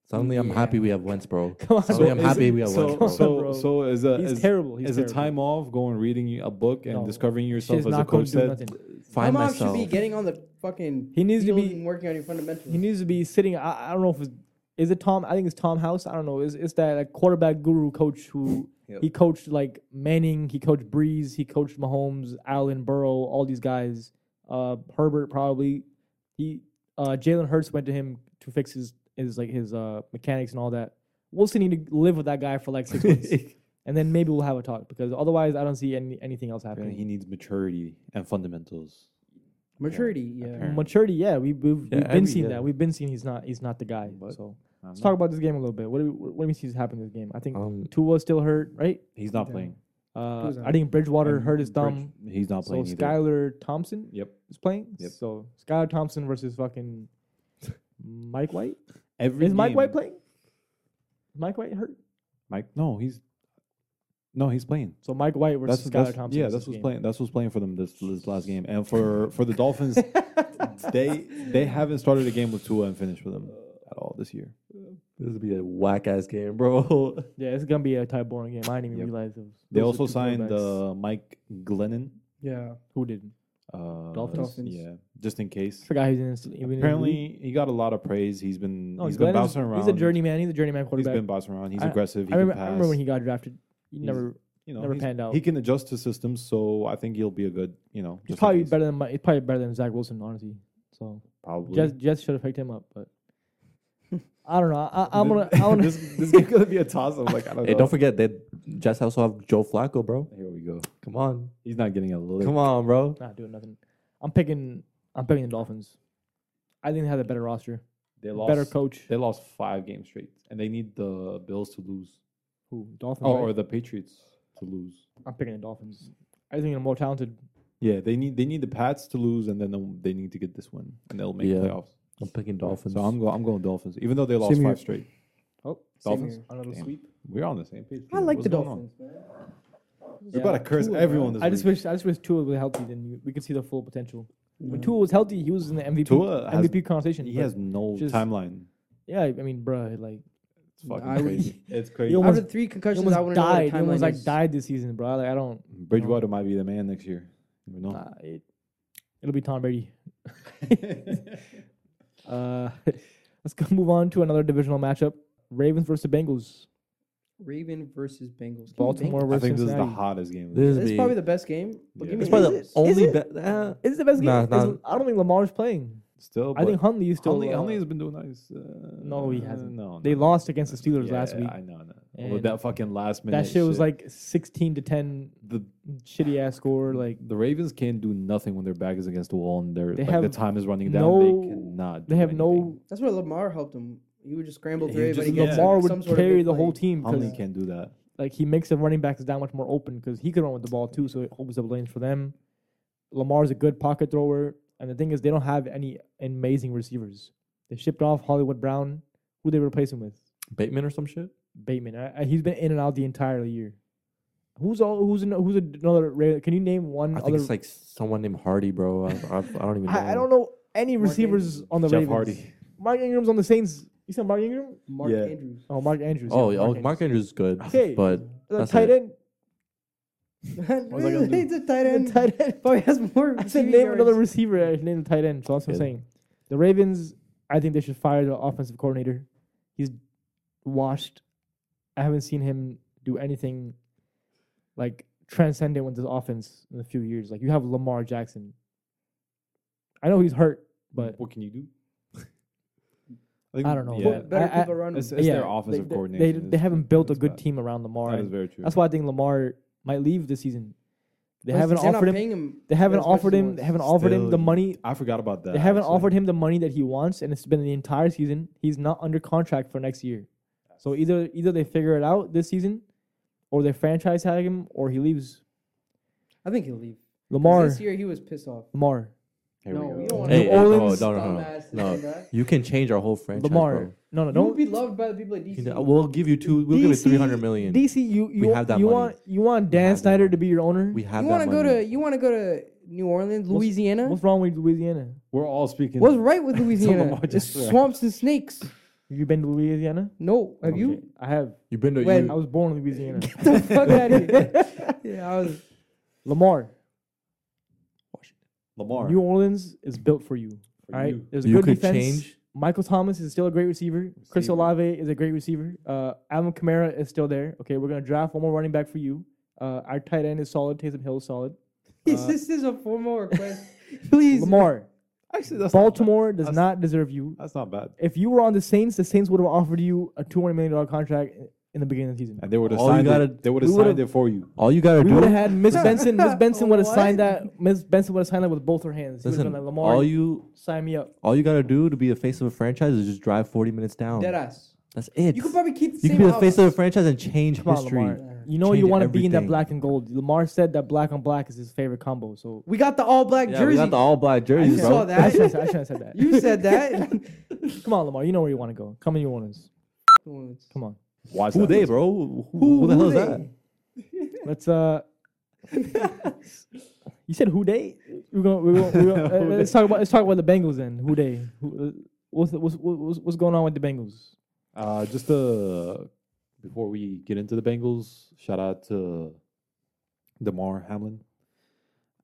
C: Suddenly, I'm
B: Yeah.
C: happy we have Wentz, bro.
A: Come on,
C: Suddenly,
A: bro.
C: I'm
A: Is
C: happy
A: it-
C: we have
D: so,
C: Wentz, bro.
D: So,
A: Bro.
D: so is a,
A: He's
D: is,
A: terrible. He's
D: is a
A: terrible.
D: time off going reading a book and
A: No.
D: discovering yourself
A: He's
D: as a
A: not going
D: coach
A: to do
D: said?
A: nothing.
C: Find
B: Mom should
C: myself.
B: be getting on the fucking.
A: He needs to
B: field
A: be-
B: and working on your fundamentals.
A: He needs to be sitting. I, I don't know if it's, is it Tom. I think it's Tom House. I don't know. It's, it's that like, quarterback guru coach who
C: Yep.
A: he coached like Manning. He coached Breeze. He coached Mahomes, Allen, Burrow, all these guys. Uh, Herbert probably. He uh, Jalen Hurts went to him to fix his his like his uh, mechanics and all that. We'll still need to live with that guy for like six months, and then maybe we'll have a talk because otherwise I don't see any anything else happening.
D: Apparently he needs maturity and fundamentals.
B: Maturity, yeah.
D: apparently.
A: Maturity, yeah, we, we've
C: Yeah,
A: we've been
C: every-
A: seeing
C: yeah.
A: that. We've been seeing he's not he's not the guy.
D: But-
A: so
D: I'm
A: let's
D: not-
A: talk about this game a little bit. What do we, what do we see is happening in this game? I think
C: Um,
A: Tua's still hurt, right?
D: He's not
B: Yeah.
D: playing.
A: Uh,
B: Tua's
A: I
B: out.
A: think Bridgewater
D: And
A: hurt his
D: Bridge-
A: thumb.
D: He's not
A: So
D: playing either.
A: Skylar Thompson
D: Yep.
A: is playing.
D: Yep.
A: So Skylar Thompson versus fucking Mike White.
D: Every
A: Is Mike
D: game-
A: White playing? Is Mike White hurt?
D: Mike? No, he's no, he's playing.
A: So Mike White versus
D: what-
A: Skylar Thompson.
D: Yeah,
A: is
D: that's
A: this
D: what's
A: game.
D: playing. That's what's playing for them this, this last game, and for for the Dolphins, they they haven't started a game with Tua and finished with them at all this year.
C: This would be a whack ass game, bro.
A: Yeah, it's gonna be a type boring game. I didn't even
D: Yep.
A: realize it was.
D: They
A: those are
D: also
A: two
D: signed
A: quarterbacks.
D: uh, Mike Glennon.
B: Yeah.
A: who didn't?
D: Uh,
A: Dolphins?
B: Dolphins.
D: Yeah, just in case.
A: Forgot he's in. this- he was in the league.
D: Apparently, he got a lot of praise. He's been
A: No,
D: he's
A: Glenn
D: been
A: is-
D: bouncing around.
A: Oh, He's a journeyman. He's a journeyman
D: He's
A: quarterback.
D: been bouncing around. He's
A: I-
D: aggressive. He
A: I, remember,
D: can
A: I
D: pass.
A: remember when he got drafted. He
D: He's-
A: never.
D: you know,
A: never
D: he's-
A: panned out.
D: He can adjust to systems, so I think he'll be a good. You know,
A: He's
D: just in
A: probably
D: case.
A: better than. my- He's probably better than Zach Wilson, honestly. So
D: Probably.
A: Jets, Jets should have picked him up, but I don't know. I, I'm gonna. I wanna,
D: this this game gonna be a toss. up like I don't
C: Hey,
D: know.
C: don't forget that Jets also have Joe Flacco, bro.
D: Here we go.
C: Come on,
D: He's not getting a lick.
C: come on, bro.
A: not doing nothing. I'm picking. I'm picking the Dolphins. I think they have a better roster,
D: They lost.
A: better coach.
D: They lost five games straight, and they need the Bills to lose,
A: Who Dolphins?
D: oh,
A: right?
D: or the Patriots to lose.
A: I'm picking the Dolphins. I think they're more talented.
D: Yeah, they need they need the Pats to lose, and then they'll- they need to get this win, and they'll make
C: Yeah.
D: playoffs.
C: I'm picking Dolphins.
D: So I'm going. I'm going Dolphins, even though they lost
A: Same here.
D: five straight.
A: Oh,
B: Same
D: Dolphins.
B: here.
A: another
D: Damn.
A: sweep.
D: We're on the same page.
A: I like
D: What's
A: the
D: going on?
A: Dolphins.
D: We're about to curse
B: Tua,
D: everyone
B: bro.
D: this
A: I just
D: week.
A: wish. I just wish Tua was healthy. Then you- we could see the full potential. When
B: No.
A: Tua was healthy, he was in the MVP
D: Tua has-
A: MVP conversation.
D: He
A: but-
D: has no
A: just-
D: timeline.
A: Yeah, I mean, bruh, like
D: It's fucking
B: I would-
D: crazy. it's crazy.
A: You almost-
B: After three
A: he
B: concussions, I
A: almost
B: wouldn't know what a
A: died. He almost
B: timeline
A: like
B: is.
A: died this season, bro. Like I don't.
D: Bridgewater might be the man next year. You never know.
A: Nah, it, it'll be Tom Brady. uh, let's go move on to another divisional matchup: Ravens versus Bengals.
B: Raven versus Bengals. Give me
A: Baltimore
D: I
A: versus
D: think this is the
A: Cincinnati.
D: hottest game. of the
B: Bengals.
C: this is
B: This
C: be-
B: is probably the best game. But
D: Yeah.
B: give me
C: It's probably
B: Ravens.
C: the
A: Is
C: only.
A: it?
C: Be- eh,
A: Is it the best game?
C: Nah,
A: Is-
C: nah.
A: I don't think Lamar's playing.
D: Still,
A: I think
D: but
A: Huntley is still.
D: Huntley,
A: uh,
D: Huntley has been doing nice. Uh,
A: No, he hasn't.
D: No,
A: they
D: no.
A: lost against the Steelers
D: Yeah,
A: last
D: yeah,
A: week.
D: I know, I know. With
A: And
D: that fucking last minute.
A: that shit was like sixteen to ten,
D: the
A: shitty ass score. Like
D: the Ravens can't do nothing when their back is against the wall and their
A: They
D: like the
A: have
D: time is running down.
A: no-
D: they cannot.
A: they
D: do
A: have
D: anything.
A: no.
B: That's where Lamar helped him. He would just scramble
D: He
B: through
D: just-
B: everybody.
D: Yeah.
B: gets
A: Lamar
B: some
A: would
B: sort of good
A: carry the
B: play.
A: whole team
D: Huntley
A: because
D: can't do that.
A: like he makes the running backs that much more open because he could run with the ball too, so it opens up lanes for them. Lamar's a good pocket thrower, and the thing is, they don't have any amazing receivers. They shipped off Hollywood Brown, who they replace him with
C: Bateman or some shit.
A: Bateman. I, I- he's been in and out the entire year. Who's all? Who's an, who's another? Ra- Can you name one
C: I
A: other?
C: think it's like someone named Hardy, bro. I, I, I don't even. Know.
A: I, I don't know any
B: Mark
A: receivers on the
D: Jeff
A: Ravens.
D: Hardy.
A: Mark Ingram's on the Saints. You said Mark Ingram?
B: Mark
D: Yeah.
B: Andrews.
A: Oh, Mark Andrews.
C: Oh,
A: yeah,
C: yeah, oh, Mark Andrews is good,
A: Okay.
C: but
A: The
C: that's
A: tight
C: it.
A: end. was I gonna do?
B: He's a tight end.
A: tight end.
B: Probably has more.
A: I said
B: receiving
A: name another
B: yards.
A: receiver. uh, I named the tight end. So that's what I'm
C: Yeah.
A: saying. The Ravens, I think they should fire the offensive coordinator. He's washed. I haven't seen him do anything like transcendent with this offense in a few years. Like you have Lamar Jackson. I know he's hurt, but
D: what can you do? think-
A: I don't know.
D: Yeah,
A: man.
B: Better
A: I- I-
B: people around him.
D: it's, it's
A: yeah,
D: their
A: they,
D: offensive
A: they- they,
D: coordination.
A: they
D: is-
A: haven't built a
D: that's
A: good
D: bad.
A: team around Lamar.
D: That is
A: and
D: very true.
A: That's why I think Lamar might leave this season. They
B: Plus,
A: haven't
B: they're not
A: offered him.
B: paying him.
A: They haven't
B: as much as
A: offered
B: he
A: him.
B: wants.
A: They haven't offered him
D: Still,
A: the money.
D: I forgot about that.
A: They haven't
D: actually.
A: offered him the money that he wants, and it's been the entire season. He's not under contract for next year. So either either they figure it out this season, or they franchise tag him, or he leaves.
B: I think he'll leave. 'Cause
A: Lamar,
B: This year he was pissed off.
A: Lamar,
D: Here
B: no,
D: we go.
B: you don't want
C: Hey,
A: New
C: hey, no,
A: Orleans
C: no, no, no,
B: dumbass
C: no,
B: and that.
C: You can change our whole franchise.
A: Lamar.
C: bro.
A: No, no,
B: You would
A: don't.
B: be loved by the people at
C: You
B: DC.
C: know, we'll give you two. We'll give you three hundred million.
A: DC, you you,
C: We have that
A: you
C: money.
A: want you want Dan
C: have that
A: Snyder
C: money.
A: to be your owner.
C: We have
B: you
C: that
B: want to go to
C: money.
B: you want to go to New Orleans,
A: What's-
B: Louisiana.
A: What's wrong with Louisiana?
D: We're all speaking.
B: What's right with Louisiana?
D: Lamar
B: It's
D: Jackson.
B: swamps and snakes.
A: You been to Louisiana?
B: No, have
A: Okay,
B: you?
A: I have.
C: You've been to
B: When-
A: I
C: you,
A: was born in Louisiana.
B: the fuck out of here. yeah, I was.
A: Lamar,
D: Lamar.
A: New Orleans is built for you.
D: For
A: all right,
D: you.
A: there's a
C: you
A: good
C: could
A: defense.
C: change.
A: Michael Thomas is still a great receiver. Chris
D: Receiver.
A: Olave is a great receiver. Uh, Alvin Kamara is still there. Okay, we're gonna draft one more running back for you. Uh, our tight end is solid. Taysom Hill is solid.
B: This,
A: Uh,
B: this is a formal request. Please,
A: Lamar,
D: Actually, that's not
A: Baltimore does
D: That's-
A: not deserve you.
D: bad. That's not bad.
A: If you were on the Saints, the Saints would have offered you a two hundred million dollar contract in the beginning of the season.
D: And they would have
C: All you
D: signed
C: gotta-
D: it. They would have
A: we would've-
D: signed it for you.
C: All you gotta
A: We would have
C: do.
A: had Miss Benson. Miss Benson would have
B: What?
A: signed that. Miss Benson would have signed that with both her hands. She would've
C: Listen,
A: been like, Lamar,
C: all you
A: sign me up.
C: all you gotta do to be the face of a franchise is just drive forty minutes down.
B: dead ass.
C: That's it.
B: You could probably keep the
C: You
B: same
C: could be the face of a
B: hours.
C: franchise and change
A: Come on,
C: history.
A: Lamar. You know
C: Change
A: you want to be in that
C: everything.
A: black and gold. Lamar said that black on black is his favorite combo. So
B: We got the all black
C: Yeah,
B: jersey.
C: we got the all black
B: you
C: jerseys,
B: saw
C: bro.
A: I
B: that.
A: should have said that.
B: you said that.
A: Come on, Lamar. You know where you want to go. Come in, New Orleans. Come on.
D: Why is
C: Who
D: that? Uh,
C: they, bro? Who, who the hell is
B: they?
C: that?
A: Let's uh. you said who they? We're gonna, we're gonna, we're gonna- uh, let's talk about let's talk about the Bengals then. Who they? Who, uh, what's, what's what's what's going on with the Bengals?
D: Uh, just uh, before we get into the Bengals, shout out to Damar Hamlin.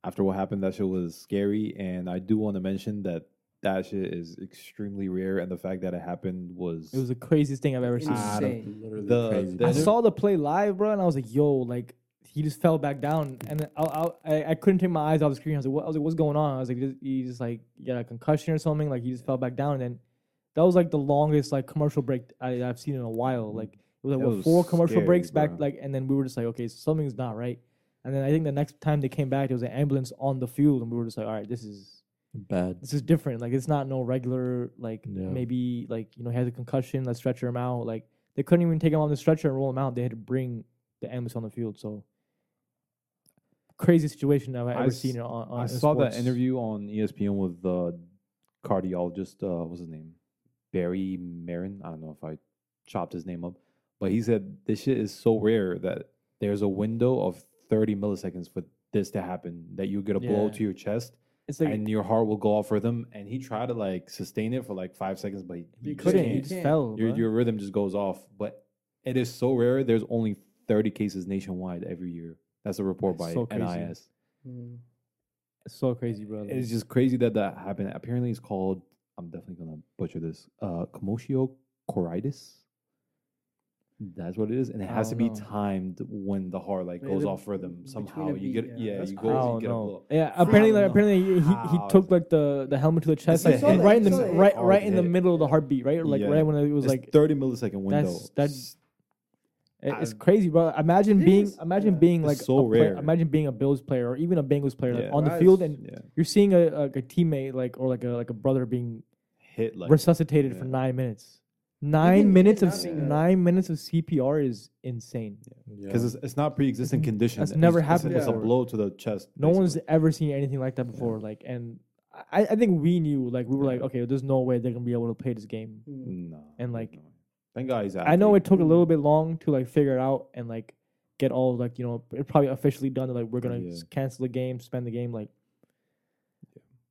D: After what happened, that shit was scary, and I do want to mention that that shit is extremely rare, and the fact that it happened was,
A: It was the craziest thing I've ever seen.
B: Insane.
D: The-
A: I
D: Is it-
A: saw the play live, bro, and I was like, "Yo, like he just fell back down," and then I, I- I, I couldn't take my eyes off the screen. I was like, "What?" I was like, "What's going on?" I was like, "Just- "He just like he got a concussion or something." Like he just fell back down, and then that was like the longest like commercial break I, I've seen in a while. Like it was like
D: That
A: what,
D: was
A: four commercial
D: scary,
A: breaks back,
D: bro.
A: like, and then we were just like, "Okay, so something's not right." And then I think the next time they came back, there was an ambulance on the field, and we were just like, "All right, this is
C: Bad.
A: this is different. Like it's not no regular like
C: Yeah.
A: maybe like you know he has a concussion. Let's stretcher him out. Like they couldn't even take him on the stretcher and roll him out. They had to bring the ambulance on the field. So crazy situation I've ever
D: s-
A: seen on. on
D: I
A: in
D: saw
A: sports.
D: that interview on E ESPN with the cardiologist. Uh, what's his name? Barry Marin. I don't know if I chopped his name up, but he said this shit is so rare that there's a window of 30 milliseconds for this to happen. That you get a blow
A: Yeah.
D: to your chest
A: It's like
D: and your heart will go off rhythm. And he tried to like sustain it for like five seconds, but he,
A: he
D: just
A: couldn't.
D: can't.
A: He
B: You
A: just
B: can't.
A: fell.
D: Your
A: bruh.
D: your rhythm just goes off. But it is so rare. There's only 30 cases nationwide every year. That's a report by
A: That's so crazy.
D: NIS.
B: Mm.
A: it's so crazy, bro.
D: It's just crazy that that happened. Apparently, it's called. I'm definitely gonna butcher this. Uh, commotio coritis. That's what it is, and it
A: I
D: has to be
A: don't know.
D: timed when the heart like
B: Yeah,
D: goes
B: the-
D: off rhythm
B: between
D: somehow.
B: a
D: You
B: beat,
D: get
B: yeah.
D: yeah,
B: That's
D: you
A: I
D: go
A: don't
D: you get a
A: know.
D: blow.
A: Yeah, apparently, like,
D: know
A: apparently he, he,
D: how
A: he took like the, the helmet to the chest,
D: a
A: like,
D: hit.
A: right in the
B: It's a hit.
A: right
D: Oh,
A: right in the
D: hit.
A: middle of the heartbeat, right? Like
D: Yeah.
A: right when it was
D: It's
A: like
D: thirty millisecond window.
A: that's- that-
D: It's-
A: It- It's
D: I've-
A: crazy, bro. Imagine
B: It
A: being
B: is.
A: imagine
B: Yeah.
A: being
D: It's
A: like
D: so
A: a play-
D: rare.
A: imagine being a Bills player or even a Bengals player like,
D: Yeah.
A: on the
B: Right.
A: field, and
D: yeah,
A: you're seeing a, a, a teammate like or like a like a brother being
D: hit like
A: resuscitated for
D: yeah.
A: nine minutes. Nine
B: even
A: minutes of
B: not
A: s-
B: being a-
A: nine minutes of CPR is insane.
D: because it's, it's not pre-existing condition.
A: that's
D: It's-
A: never
D: it's-
A: happened
D: It's, a
B: before.
D: blow to the chest.
A: No one's
D: basically.
A: ever seen anything like that before. Like, and I, I think we knew like we were like,
D: Yeah.
A: okay, there's no way they're gonna be able to play this game.
B: Mm.
D: no,
A: and, like,
D: no. thank God he's.
A: I know
D: athlete.
A: it took a little bit long to like figure it out and like get all like you know it probably officially done. Like we're gonna
D: Yeah.
A: s- cancel the game, suspend the game. Like,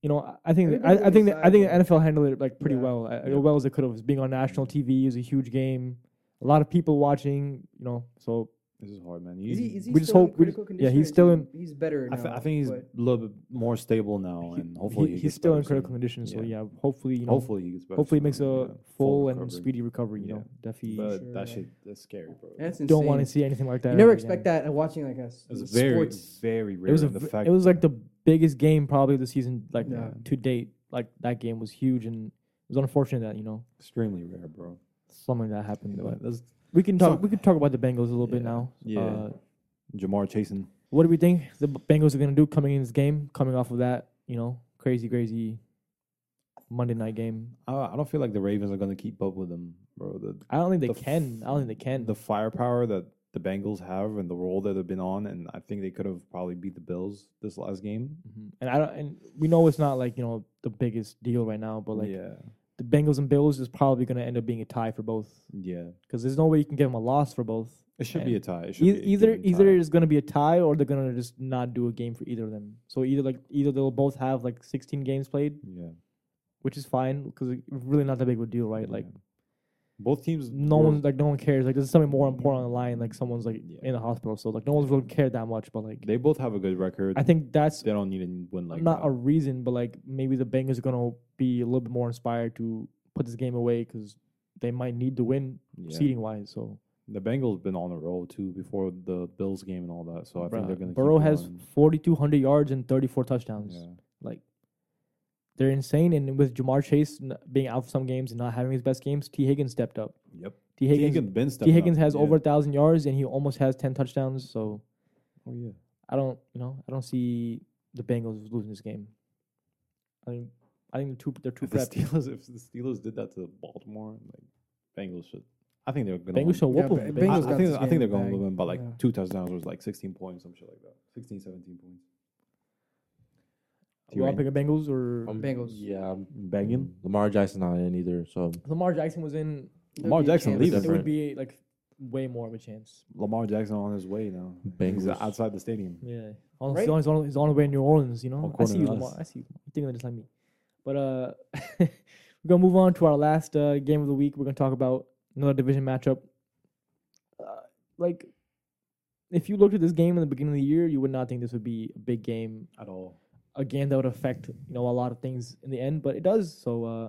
A: you know, I- I think
B: Everything
A: I, I think
B: was
A: that, I think the
B: sidelined.
A: NFL handled it like pretty
B: Yeah.
A: well, uh,
D: Yeah. Mm-hmm.
A: as well as it could have. Being on national TV is a huge game, a lot of people watching. You know, so
D: This is hard, man.
B: Is he? Is he
A: We just
B: still in
A: hope- we just-
B: critical
A: yeah,
B: condition?
A: he's
B: or is
A: still
B: he-
A: in-
B: He's better.
D: I, th-
B: now,
D: I think he's a
B: but-
D: little bit more stable now,
A: He-
D: and hopefully
A: he,
D: he
A: he's
D: gets
A: still
D: better
A: in critical
D: soon.
A: condition. So
D: Yeah.
A: yeah, hopefully you know, hopefully,
D: hopefully he gets better.
A: hopefully
D: soon,
A: makes a
D: yeah.
A: full and
D: recovery.
A: speedy recovery. You
D: Yeah.
A: know, that he
D: But
B: Sure,
D: that
B: yeah.
D: shit, that's scary, bro.
B: That's insane.
A: don't want to see anything like that.
B: You never
A: ever
B: expect
A: again.
B: that uh, watching like us.
D: It's very,
B: sports.
D: very rare.
A: It was a,
D: and the
A: v-
D: fact
A: it was like the biggest game probably of the season like
B: Yeah.
A: to date. Like that game was huge and it was unfortunate that you know
D: extremely rare, bro.
A: something that happened. But
D: That's
A: we can talk.
D: So-
A: we can talk about the Bengals a little bit
D: Yeah.
A: now.
D: Yeah.
A: Uh,
D: Jamar chasing.
A: what do we think the B- Bengals are going to do coming in this game? Coming off of that, you know, crazy, crazy Monday night game.
D: I, I don't feel like the Ravens are gonna keep up with them, bro. The
A: I don't think they
D: The f-
A: can. I don't think they can.
D: the firepower that the Bengals have and the role that they've been on, and I think they could have probably beat the Bills this last game.
A: Mhm. And I don't. And we know it's not like you know the biggest deal right now, but like
D: yeah,
A: the Bengals and Bills is probably going to end up being a tie for both
D: yeah,
A: because there's no way you can give them a loss for both.
D: it should be a tie. It should
A: E-
D: be a
A: either
D: given
A: either
D: tie.
A: is going to be a tie or they're going to just not do a game for either of them. So either like either they'll both have like 16 games played,
D: yeah,
A: which is fine because it's really not that big of a deal, right? Like
D: yeah. both teams.
A: no
D: were-
A: one like no one cares. Like there's something more important on the line. Like someone's like
D: Yeah.
A: in the hospital, so like no one's really cared that much. But like
D: They both have a good record.
A: I think that's
D: they don't need to win like
A: not
D: that.
A: a reason, but like maybe the Bengals are gonna be a little bit more inspired to put this game away because they might need to win
D: Yeah.
A: seeding wise. So
D: The Bengals been on the roll too before the Bills game and all that, so I think
A: bruh,
D: they're going to.
A: Burrow
D: keep
A: has
D: going.
A: 4,200 yards and 34 touchdowns.
D: Yeah.
A: Like they're insane. And with Jamar Chase n- being out for some games and not having his best games, T Higgins stepped up.
D: Yep.
A: T
D: T.
A: Higgins,
D: Higgins been
A: T
D: stepping
A: Higgins
D: up.
A: has
D: Yeah.
A: over 1,000 yards and he almost has 10 touchdowns. So
D: Oh yeah.
A: I don't, you know, I don't see the Bengals losing this game. I mean, I think they're too they're too
D: If the
A: prepped.
D: Steelers, if the Steelers did that to Baltimore, like Bengals should. I think they're going.
A: Bengals should whoop
B: Yeah,
A: them.
B: but
A: Bengals-
B: Bengals
D: I,
B: got
D: I think
B: this
D: I think
B: game
D: they're
B: in the
D: going to
B: bag.
D: win by like
B: Yeah.
D: two touchdowns was like 16 points, some shit like that. 16, 17 points.
A: You want to pick a Bengals or
C: Um,
B: Bengals.
C: Yeah, I'm
D: Banging.
C: Lamar Jackson's not in either. So
A: Lamar Jackson was in,
D: Lamar
B: There'd be a
D: Jackson
B: chance.
D: leaving.
A: it would
C: Different.
A: be like way more of a chance.
D: Lamar Jackson on his way now. He's
C: Bengals.
D: outside the stadium.
A: Yeah, on,
B: Right?
A: he's, on, he's, on, he's on the way to New Orleans. You
D: Well,
A: know, I
D: according
A: see
D: to
A: you,
D: us.
A: Lamar. I see you. You think they're just like me, but uh, we're gonna move on to our last uh, game of the week. We're gonna talk about another division matchup. Uh, like, if you looked at this game in the beginning of the year, you would not think this would be a big game
D: At all.
A: a game that would affect you know a lot of things in the end, but it does. So uh,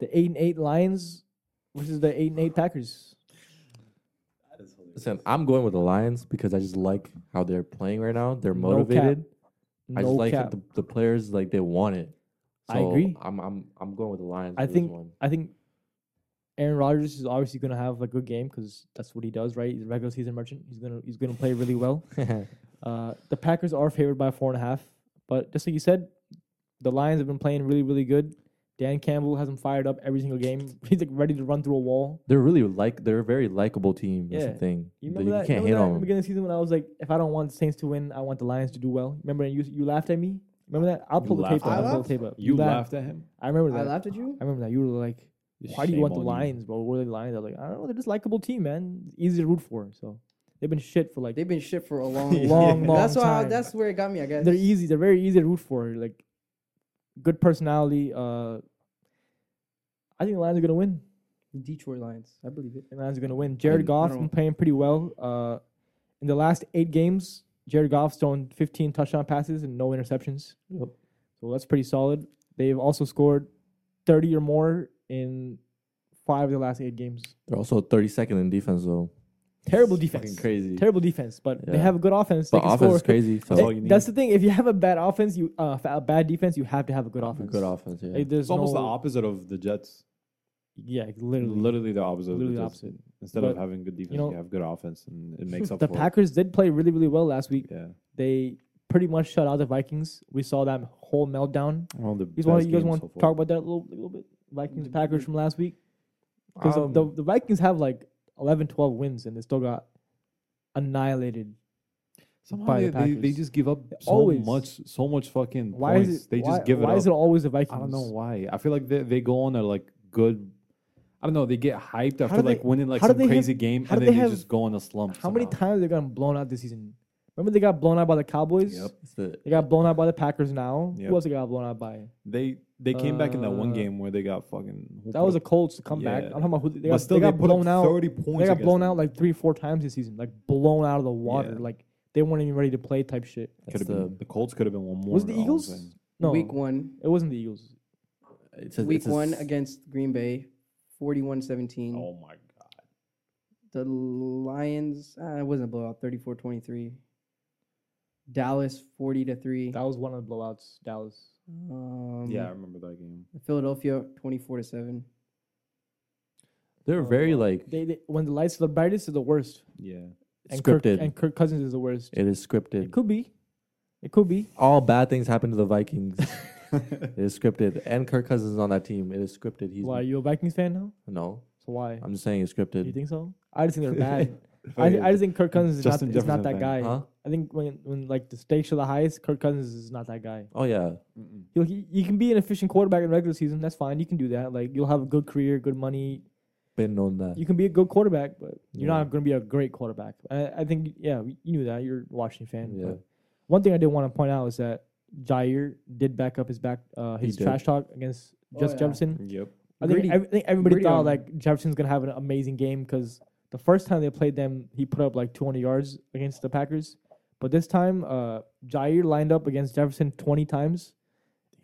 A: the eight and eight Lions versus the eight and eight Packers.
C: listen, I'm going with the Lions because I just like how they're playing right now. They're
A: No cap.
C: motivated.
A: No
C: I just like
A: cap.
C: that the, the players like they want it.
A: I agree.
C: I'm I'm I'm going with the Lions.
A: I
C: for this
A: think
C: one.
A: I think Aaron Rodgers is obviously going to have a good game because that's what he does, right? He's a regular season merchant. He's gonna he's gonna play really well. Uh, the Packers are favored by four and a half, but just like you said, the Lions have been playing really really good. Dan Campbell has them fired up every single game. He's like ready to run through a wall.
C: they're really like they're a very likable team. That's
A: Yeah.
C: the thing.
A: You
C: That
A: remember that?
C: can't
A: remember
C: hit
A: that
C: on
A: in the
C: 'em.
A: beginning of the season when I was like, if I don't want the Saints to win, I want the Lions to do well. Remember, you you laughed at me. Remember that? I'll
D: You
A: pull the tape
D: laughed
A: up.
B: at
A: I'll pull
B: me?
A: the tape up.
D: You laughed at him.
A: I remember
B: I
A: that. I,
B: laughed at you.
A: remember that. You were like, why do you
D: Shame
A: want the
D: on
A: Lions, bro? What are the Lions? I was like, I don't know. They're just likable team, man. Easy to root for. So they've been shit for like.
B: They've been shit for a long, e-,
A: Long, long
B: That's why. I-
A: time.
B: That's where it got me. I guess
A: They're easy. They're very easy to root for. Like, good personality. Uh, I think the Lions are gonna win.
B: Detroit Lions. I believe it.
A: The Lions are gonna win. Jared
B: I
A: Goff
B: don't
A: been
B: know.
A: playing pretty well. Uh, in the last eight games, Jared Goff's thrown 15 touchdown passes and no interceptions.
C: Yep.
A: So that's pretty solid. They've also scored 30 or more in five of the last eight games.
C: They're also 32nd in defense though.
A: Terrible
C: It's
A: defense.
C: Fucking crazy.
A: Terrible defense, but they
C: Yeah.
A: have a good offense.
C: But
A: they can
C: offense
A: score.
C: is crazy. So
D: That's
A: They-
D: all you need.
A: that's the thing. If you have a bad offense, you uh, a bad defense, you have to have a good offense.
C: good offense. Yeah.
A: Like, there's
D: It's almost
A: no-
D: the opposite of the Jets.
A: Yeah,
D: Literally,
A: literally,
D: the opposite.
A: literally
D: of
A: the
D: the Jets.
A: opposite.
D: Instead
A: But,
D: of having good defense, you,
A: know-
D: have good offense, and it makes up
A: The
D: for
A: Packers did play really, really well last week.
D: it. Yeah.
A: They pretty much shut out the Vikings. We saw that whole meltdown.
D: One of the
A: You,
D: best
A: want, you guys
D: games
A: want
D: so
A: to
D: far.
A: talk about that a little, little bit? Vikings,
D: Mm.
A: Packers from last week? Because
C: Um,
A: the, the Vikings have like 11, 12 wins and they still got annihilated.
D: Somehow
A: by
D: they,
A: the
D: they, they
A: Packers.
D: just give up so
A: Always.
D: much, so much fucking
A: Why
D: points.
A: is it?
D: they
A: why,
D: just give it
A: why
D: up.
A: is it always the Vikings?
D: I don't know why. I feel like they, they go on a like good. I don't know. They get hyped
A: do
D: after like
A: they-
D: winning like
A: how do
D: some
A: they have-
D: crazy game,
A: how
D: and
A: do
D: then
A: they
D: they
A: have-
D: just go on a slump.
A: How many
D: somehow.
A: times they gotten blown out this season? Remember they got blown out by the Cowboys.
C: It's the
A: They got blown out by the Packers. Now
D: Yep.
A: who else they got blown out by?
D: They they came back in that one
A: Uh,
D: game where they got fucking. who
A: That
D: put
A: was a
D: up-
A: Colts to come back.
D: Yeah.
A: I'm talking about who they
D: but
A: got.
D: still,
A: they got
D: put up
A: blown out.
D: Thirty points.
A: They got
D: against
A: blown
D: them.
A: out like three, four times this season. Like blown out of the water.
D: Yeah.
A: Like they weren't even ready to play type shit.
D: Could
C: that's
D: have
C: the
D: been the Colts. Could have been one more.
A: Was it the
D: all I'm
A: Eagles?
D: saying.
A: No,
B: Week one,
A: it wasn't the Eagles.
C: it's a,
B: week
C: it's a
B: one
C: s-
B: against Green Bay, 41-17.
D: Oh my god.
B: The Lions, uh, it wasn't a blowout, 34-23. Dallas, 40 to three.
A: That was one of the blowouts. Dallas.
B: Um,
D: Yeah, I remember that game.
B: Philadelphia, 24 to seven.
C: They're very like
A: They, they when the lights are the brightest is the worst.
D: Yeah.
A: And Kirk,
C: scripted.
A: and Kirk Cousins is the worst.
C: it is scripted.
A: It could be. It could be.
C: All bad things happen to the Vikings. it is scripted, and Kirk Cousins is on that team. It is scripted. He's
A: Why are you a Vikings fan now?
C: no.
A: So why?
C: I'm just saying it's scripted.
A: Do you think so? I just think they're bad. I, I just think Kirk Cousins is
D: Justin
A: not, is not that
D: Jefferson's
A: guy.
D: bad.
C: Huh?
A: I think when when like the stakes are the highest, Kirk Cousins is not that guy.
C: Oh yeah,
D: Mm-mm.
A: He'll, he you can be an efficient quarterback in regular season. That's fine. You can do that. Like you'll have a good career, good money.
C: been on that.
A: You can be a good quarterback, but you're
C: Yeah.
A: not going to be a great quarterback. I, I think yeah, you knew that. You're a Washington fan.
C: Yeah.
A: But one thing I did want to point out is that Jair did back up his back uh,
C: He
A: his
C: did.
A: trash talk against
B: Oh,
A: Justin
B: yeah.
A: Jefferson.
D: Yep.
A: I think,
B: Gritty.
A: I think everybody
B: Gritty
A: thought
B: on
A: like Jefferson's gonna have an amazing game because the first time they played them, he put up like 200 yards against the Packers. But this time, uh, Jair lined up against Jefferson 20 times,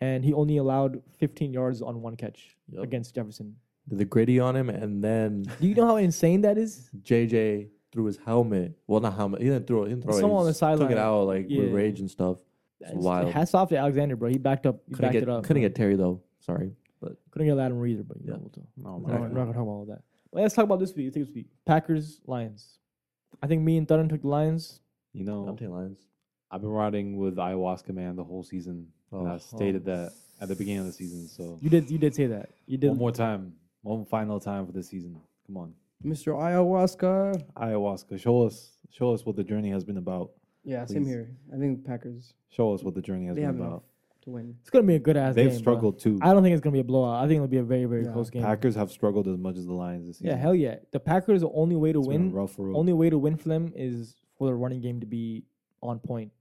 A: and he only allowed 15 yards on one catch
C: Yup.
A: against Jefferson.
C: Did the gritty on him, and then
A: Do you know how insane that is?
C: JJ threw his helmet. Well, not helmet. He didn't throw. He didn't throw. it.
A: Someone
C: He
A: on the
C: just took
A: sideline.
C: it out like with
A: Yeah.
C: rage and stuff. It's wild.
A: Hats off to Alexander, bro. He backed up. He
C: Couldn't
A: backed
C: get,
A: it up.
C: couldn't
A: bro.
C: get Terry though. Sorry.
A: couldn't get Lattimore either, but you
C: Yeah.
A: know, we'll talk. We're
D: Oh
A: not-
D: my
A: we're
C: Okay.
A: not gonna talk about all that. But let's talk about this week. Let's take this week. Packers Lions. I think me and Thunder took the Lions.
D: You
C: I'm
D: know,
C: taking Lions.
D: I've been riding with ayahuasca man the whole season. and
C: Oh.
D: I stated that at the beginning of the season. So
A: You did. You did say that. You did.
D: one more time, one final time for the season. Come on,
B: Mr. Ayahuasca.
D: ayahuasca, show us, show us what the journey has been about.
B: Yeah, same
D: Please.
B: here. I think Packers
D: Show us what the journey has
B: They
D: been
B: have enough
D: about.
B: to win.
A: It's gonna be a good ass.
D: They've
A: game, bro.
D: struggled too.
A: I don't think it's gonna be a blowout. I think it'll be a very very
B: Yeah.
A: close game.
D: Packers have struggled as much as the Lions this season.
A: yeah, hell yeah. The Packers' only way to
D: It's been a
A: win,
D: rough road.
A: only way to win for them is for the running game to be on point.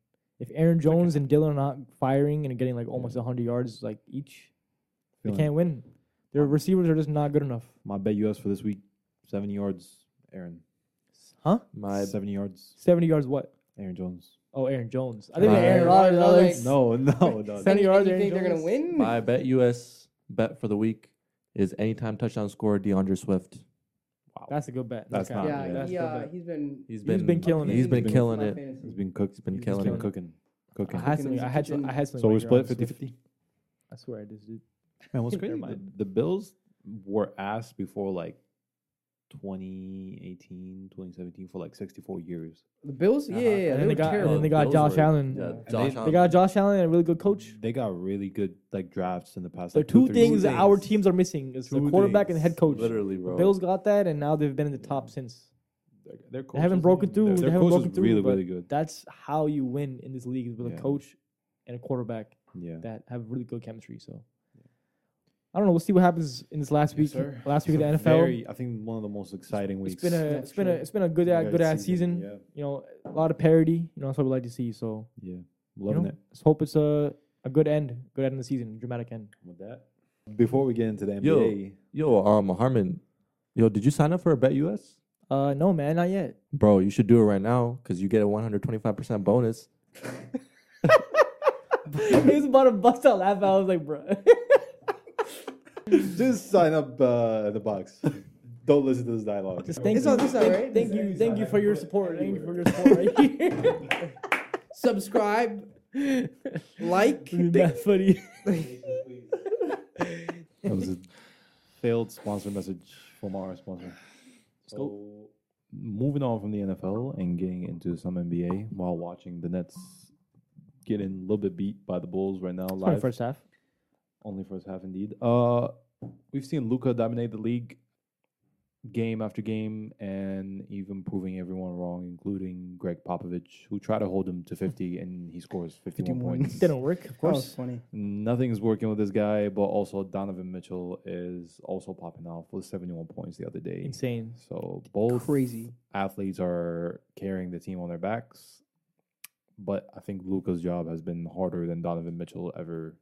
A: If Aaron Jones and Dylan are not firing and getting like almost 100 yards like each, they
D: Feeling.
A: can't win. Their receivers are just not good enough.
D: My bet US for this week, seventy yards, Aaron.
A: Huh?
C: My
D: seventy yards,
A: 70 yards what?
D: Aaron Jones.
A: Oh, Aaron Jones. I think
C: Right.
A: Aaron Rodgers. I was like,
D: No, no, no.
A: Seventy yards,
B: You
A: Aaron
B: think they're gonna
A: Jones?
B: win?
C: my bet US bet for the week is anytime touchdown score DeAndre Swift.
A: That's a good bet.
D: That's not-
B: yeah,
D: yeah,
B: yeah,
A: that's
B: he,
A: a good
B: uh,
A: bet.
B: he's been
C: He's
A: been killing it.
C: He's been
D: He's been
C: killing
B: my
C: it.
B: fantasy.
D: He's been cooked.
C: He's been
B: He's
C: killing
D: He's been
C: it.
D: cooking. Cooking.
A: I had
B: Cooking
A: something.
B: is
A: I
B: a
A: had some.
B: kitchen.
A: I had something.
D: so we're
A: right here on
D: split 50
A: Swift.
D: 50.
A: I swear I just did.
D: Man, what's
A: Never
D: crazy? The,
A: mind.
D: the Bills were asked before like 2018, 2017 for like 64 years.
B: The Bills, yeah,
A: Uh-huh.
B: yeah, yeah,
A: And
B: they
A: then
B: were
A: they got. And
B: terrible.
A: then they got
C: Those
A: Josh
C: were-
A: Allen.
C: Yeah,
D: And
C: Josh
D: they-
A: They
C: Allen.
A: got Josh Allen and a really good coach.
D: They got really good like drafts in the past.
A: The
D: like,
A: two,
D: three
A: things
D: years.
A: that our teams are missing is the
C: Two
A: quarterback
C: things.
A: and head coach.
C: Literally, bro.
A: Bills got that, and now they've been in the top since.
D: Their- their
A: They haven't
D: coaches-
A: broken through.
D: Their,
A: They
D: their
A: haven't
D: coach
A: broken
D: is
A: through.
D: really,
A: but
D: really good.
A: That's how you win in this league is with
D: Yeah.
A: a coach and a quarterback
D: yeah.
A: that have really good chemistry. So I don't know. We'll see what happens in this last week.
B: sir.
A: Last week of
D: It's
A: the
D: a
A: NFL.
D: Very, I think one of the most exciting
A: it's
D: weeks.
A: been a
B: Yeah,
A: it's been a
B: sure.
A: it's been a good
D: It's been a
A: good ass season.
D: Yeah.
A: You know, a lot of parity. You know, that's what we like to see. So
D: Yeah.
A: you
D: Loving
A: know,
D: it.
A: let's hope it's a a good end, good end of the season, dramatic end.
D: With that. Before we get into the NBA,
C: Yo. Yo, um, Harmon, yo, did you sign up for a bet US?
A: Uh, no man, not yet.
C: Bro, you should do it right now because you get a 125% bonus.
A: he was about to bust out laugh. I was like, bro.
D: just sign up uh, at the box. Don't listen to this dialogue.
A: Just thank
B: It's
A: you.
B: all- it's all
A: thank,
B: right.
A: thank you. Thank you for your support. Thank you for your support right here.
B: Subscribe, like.
A: That's funny.
D: That was a failed sponsor message from our sponsor. So, moving on from the NFL and getting into some NBA while watching the Nets getting a little bit beat by the Bulls right now. Live,
A: First half.
D: only first half indeed. Uh, we've seen Luca dominate the league game after game, and even proving everyone wrong, including Greg Popovich, who tried to hold him to fifty, and he scores fifty-one
B: 51.
D: points.
A: Didn't work, of
B: That
A: course.
B: was Oh, funny.
D: Nothing's working with this guy, but also Donovan Mitchell is also popping off with 71 points the other day.
A: Insane.
D: So both
B: Crazy.
D: athletes are carrying the team on their backs. But I think Luca's job has been harder than Donovan Mitchell ever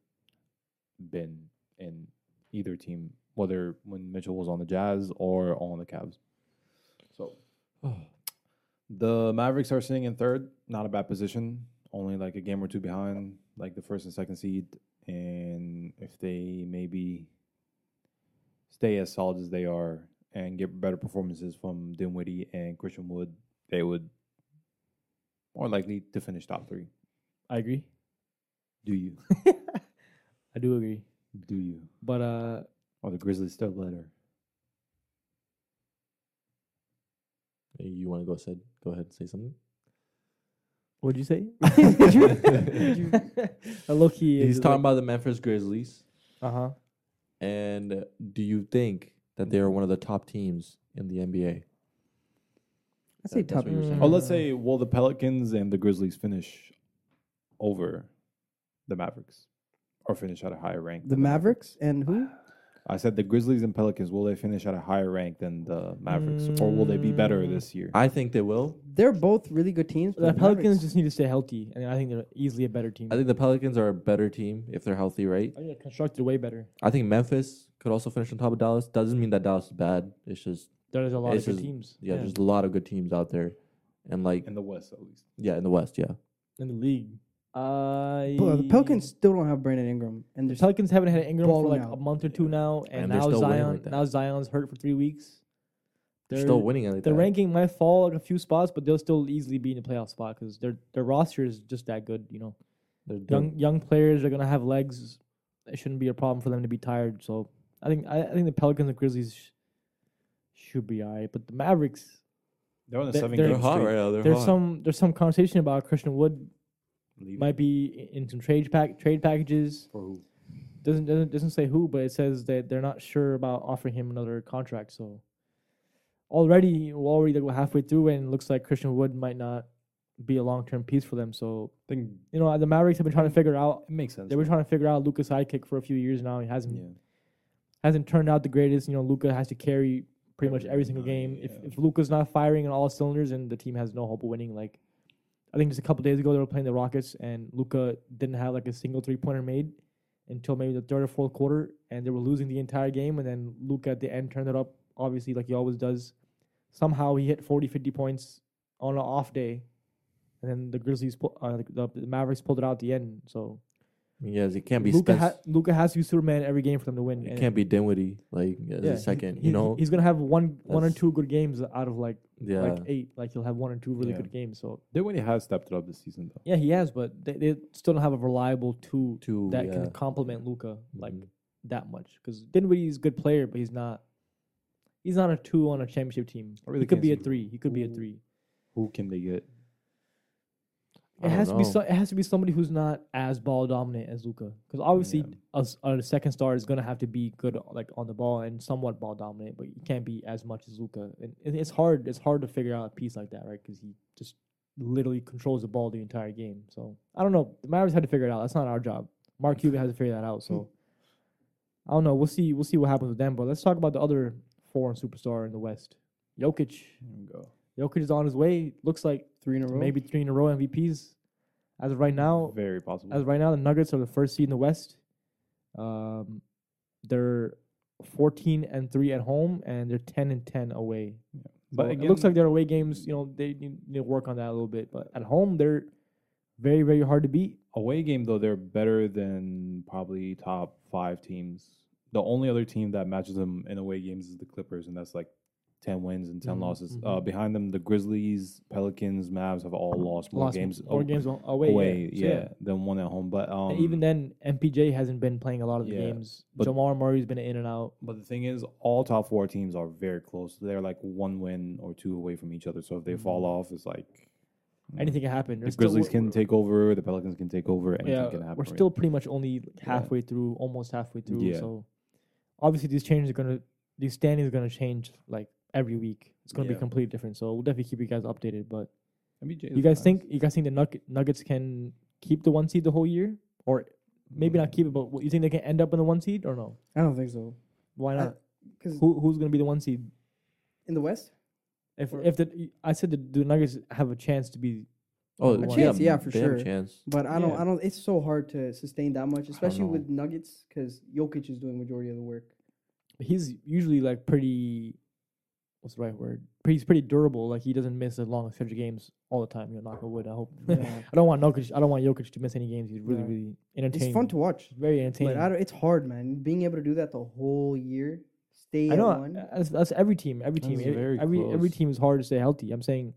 D: been in either team, whether when Mitchell was on the Jazz or on the Cavs. So the Mavericks are sitting in third, not a bad position, only like a game or two behind, like the first and second seed. And if they maybe stay as solid as they are and get better performances from Dinwiddie and Christian Wood, they would more likely to finish top three.
A: I agree.
D: Do you?
A: I do agree.
D: Do you?
A: But uh,
D: Are the Grizzlies still better?
C: You want to go said go ahead and say something?
A: what'd you say? Did you? Did you? A low key.
C: He's talking about the Memphis Grizzlies.
A: Uh huh.
C: And do you think that they are one of the top teams in the NBA?
B: I say
C: That- that's
B: top.
C: what you were saying.
D: Oh, let's say will the Pelicans and the Grizzlies finish over the Mavericks or finish at a higher rank?
B: The Mavericks and who?
D: I said the Grizzlies and Pelicans will they finish at a higher rank than the Mavericks or will they be better this year?
C: I think they will.
B: They're both really good teams. but
A: The Pelicans
B: Mavericks-
A: just need to stay healthy, and I think they're easily a better team.
C: I think the Pelicans are a better team if they're healthy, right?
A: I think they're constructed way better.
C: I think Memphis could also finish on top of Dallas. Doesn't mean that Dallas is bad. It's just
A: There's a lot
C: It's
A: of good
C: just-
A: teams.
C: yeah, there's a lot of good teams out there, and like
D: in the West at least.
C: yeah, in the West, yeah.
A: in the league. I
B: Bro, the Pelicans still don't have Brandon Ingram, and
A: The
B: they're
A: Pelicans haven't had Ingram for
B: balling
A: like a
B: out.
A: month or two now, and,
C: And they're
A: now
C: still winning
A: Zion
C: like that.
A: now Zion's hurt for three weeks.
C: They're still winning. Like
A: The
C: that.
A: ranking might fall like a few spots, but they'll still easily be in the playoff spot because their their roster is just that good. You know,
C: They're doing-
A: young young players are gonna have legs. It shouldn't be a problem for them to be tired. So I think I, I think the Pelicans and Grizzlies sh- should be alright, but the Mavericks.
D: They're on a
A: They're-
D: seven
A: they're
D: game
A: hot
D: streak.
C: now. They're
A: There's some there's some conversation about Christian Wood
D: Leave
A: might be in in some trade pack trade packages.
D: for who?
A: doesn't doesn't doesn't say who, but it says that they're not sure about offering him another contract. So already we're already like halfway through, and it looks like Christian Wood might not be a long term piece for them. So
D: I think
A: you know the Mavericks have been trying to figure out.
D: it makes sense.
A: They were trying to figure out Luca's sidekick for a few years now. He hasn't
D: yeah.
A: hasn't turned out the greatest. You know, Luca has to carry pretty much every single game. If if Luca's not firing on all cylinders, and the team has no hope of winning, like I think just a couple days ago they were playing the Rockets, and Luca didn't have like a single three pointer made until maybe the third or fourth quarter, and they were losing the entire game. And then Luca at the end turned it up, obviously, like he always does. Somehow he hit 40, 50 points on an off day. And then the Grizzlies, pu- uh, the, the Mavericks pulled it out at the end. So
C: Yes, it can't be
A: Luca,
C: Spence.
A: ha- Luca has to be Superman every game for them to win.
C: it
A: and-
C: can't be Dinwiddie. Like as
A: yeah,
C: a
A: he's-
C: second,
A: he-
C: you know.
A: he's gonna have one one or
C: That's-
A: two good games out of like
C: yeah,
A: like eight. Like he'll have one or two really
D: Yeah.
A: good games. So
D: Dinwiddie has stepped it up this season though.
A: yeah, he has, but they, they still don't have a reliable two
C: two.
A: that
C: yeah.
A: can complement Luca like
C: Mhm.
A: that much. Because Dinwiddie's a good player, but he's not. He's not a two on a championship team.
D: I really
A: he could
D: can't
A: be a
D: see
A: three. He could be a
D: who-
A: three.
D: Who can they get?
C: I
A: It has
C: don't
A: to be.
C: know.
A: So, it has to be somebody who's not as ball dominant as Luca. Because obviously, a s- a, second star is gonna have to be good like on the ball and somewhat ball dominant, but you can't be as much as Luca. And it- it's hard. It's hard to figure out a piece like that, right? Because he just literally controls the ball the entire game. So I don't know. The Mavericks had to figure it out. That's not our job. Mark Cuban has to figure that out.
C: Hmm.
A: So I don't know. We'll see. We'll see what happens with them. But let's talk about the other foreign superstar in the West, Jokic.
D: Here we go.
A: Jokic is on his way. Looks like
B: three in a row.
A: maybe three in a row MVPs. As of right now,
D: Very possible.
A: as of right now, the Nuggets are the first seed in the West. Um, they're 14 and three at home, and they're 10 and 10 away.
D: but
A: So
D: again,
A: it looks like their away games, you know, they need, need to work on that a little bit. But at home, they're very, very hard to beat.
D: away game though they're better than probably top five teams the only other team that matches them in away games is the clippers and that's like 10 wins and 10
A: Mhm,
D: losses
A: mhm.
D: Uh, behind them the grizzlies pelicans mavs have all lost more
A: Lost
D: games
A: four
D: aw-
A: games a- away.
D: away,
A: yeah.
D: yeah,
A: So,
D: than one at home but um
A: And even then, MPJ hasn't been playing a lot of the
D: yeah,
A: games.
D: but-
A: Jamar Murray's been in and out.
D: but the thing is all top four teams are very close they're like one win or two away from each other so if they fall off it's like mm,
A: Anything can happen.
D: the
A: There's Mm-hmm. still-
D: grizzlies
A: we're-
D: can take over the pelicans can take over anything can happen
A: We're
D: right?
A: still pretty much only like,
D: Yeah.
A: halfway through, almost halfway through.
D: Yeah.
A: So obviously these changes are gonna these standings are gonna change like every week. It's gonna be
D: Yeah.
A: completely different. So we'll definitely keep you guys updated. But
D: MBJ is
A: you guys
D: nice.
A: think you guys think the Nugget, Nuggets can keep the one seed the whole year? Or maybe
D: Mm.
A: not keep it, but what, you think they can end up in the one seed or no?
B: I don't think so.
A: Why
B: I-
A: not?
B: Because
A: Who who's gonna be the one seed?
B: in the West,
A: If
B: Or-
A: if the I said the, the Nuggets have a chance to be
C: Oh,
A: A
B: chance, yeah, for
C: they have a
B: sure.
C: chance.
B: But I don't.
C: Yeah.
B: I don't. It's so hard to sustain that much, especially
C: know.
B: with Nuggets, because Jokic is doing majority of the work.
A: He's usually like pretty. What's the right word? He's pretty durable. Like he doesn't miss as long as 50 games all the time. You know, knock on wood. I hope.
B: Yeah.
A: I don't want Jokic. I don't want Jokic to miss any games. He's really,
B: Yeah.
A: really entertaining.
B: it's fun to watch,
A: very
B: but
A: entertaining.
B: I don't, it's hard, man. Being able to do that the whole year, stay
A: I
B: at
A: know
B: one.
A: uh, that's, that's every team. Every team.
D: That's
A: e-
D: very
A: every every
D: close.
A: team is hard to stay healthy. I'm saying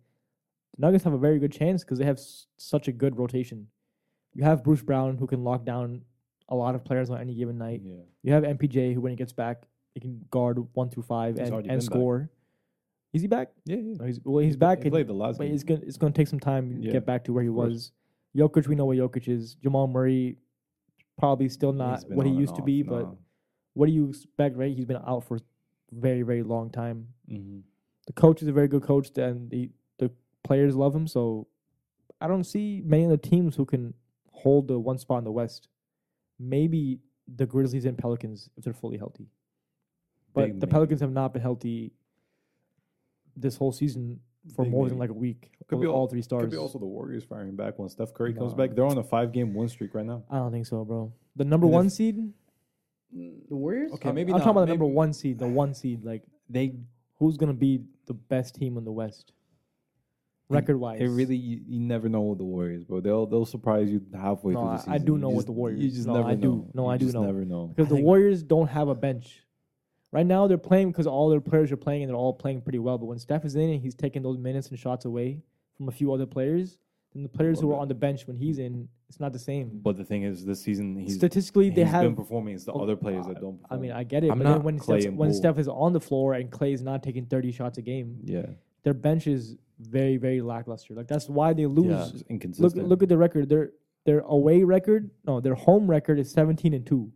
A: the Nuggets have a very good chance because they have s- such a good rotation. You have Bruce Brown who can lock down a lot of players on any given night.
D: Yeah.
A: You have MPJ who, when he gets back, he can guard one through five
D: He's
A: and,
D: already
A: and
D: been back.
A: score. Is he back?
D: Yeah, yeah.
A: No, he's well, he's back.
D: He
A: in-
D: played the last
A: but
D: game.
A: it's gonna it's gonna take some time to
D: Yeah,
A: get back to where he
D: of course.
A: was. Jokic, we know what Jokic is. Jamal Murray, probably still
D: He's
A: not
D: been
A: what he
D: on and
A: used to
D: off,
A: be. But
D: nah.
A: what do you expect, right? He's been out for very very long time.
D: Mhm.
A: The coach is a very good coach, and the the players love him. So I don't see many other teams who can hold the one spot in the West. Maybe the Grizzlies and Pelicans if they're fully healthy. But
D: Big
A: the
D: maybe.
A: Pelicans have not been healthy this whole season for
D: Big
A: more than like
D: maybe.
A: a week.
D: Could
A: with
D: be al-
A: all three stars.
D: Could be also the Warriors firing back when Steph Curry comes
A: Nah.
D: back. They're on a five-game win streak right now.
A: I don't think so, bro. The number
D: And if-
A: one seed.
B: The Warriors.
D: Okay,
A: I'm-
D: maybe
A: I'm
D: not.
A: talking about the
D: Maybe-
A: number one seed. The one seed, like
D: They
A: who's gonna be the best team in the West, record wise.
D: It really you, you never know with the Warriors, bro. They'll they'll surprise you halfway
A: No,
D: through
A: I-
D: the
A: I
D: season.
A: do
D: You
A: know with
D: just-
A: the Warriors.
D: You just
A: No,
D: never
A: I do.
D: know.
A: No,
D: You
A: I do
D: just
A: know.
D: Never know.
A: because the
B: think-
A: Warriors don't have a bench. Right now, they're playing because all their players are playing and they're all playing pretty well. But when Steph is in and he's taking those minutes and shots away from a few other players, then the players who are
D: Well,
A: on the bench when he's in, it's not the same.
D: But the thing is, this season he's
A: Statistically, they
D: he's been
A: have.
D: performing. It's the
A: Oh,
D: other players that don't.
A: I
D: Perform.
A: mean, I get it.
C: I'm
A: but
C: not
A: then when
D: Clay
A: Steph,
D: and
A: when
D: Poole.
A: Steph is on the floor and Clay is not taking 30 shots a game,
D: yeah,
A: their bench is very, very lackluster. Like that's why they lose.
D: yeah, it's
A: look
D: inconsistent.
A: look at the record. Their their away record, no, their home record is seventeen and two.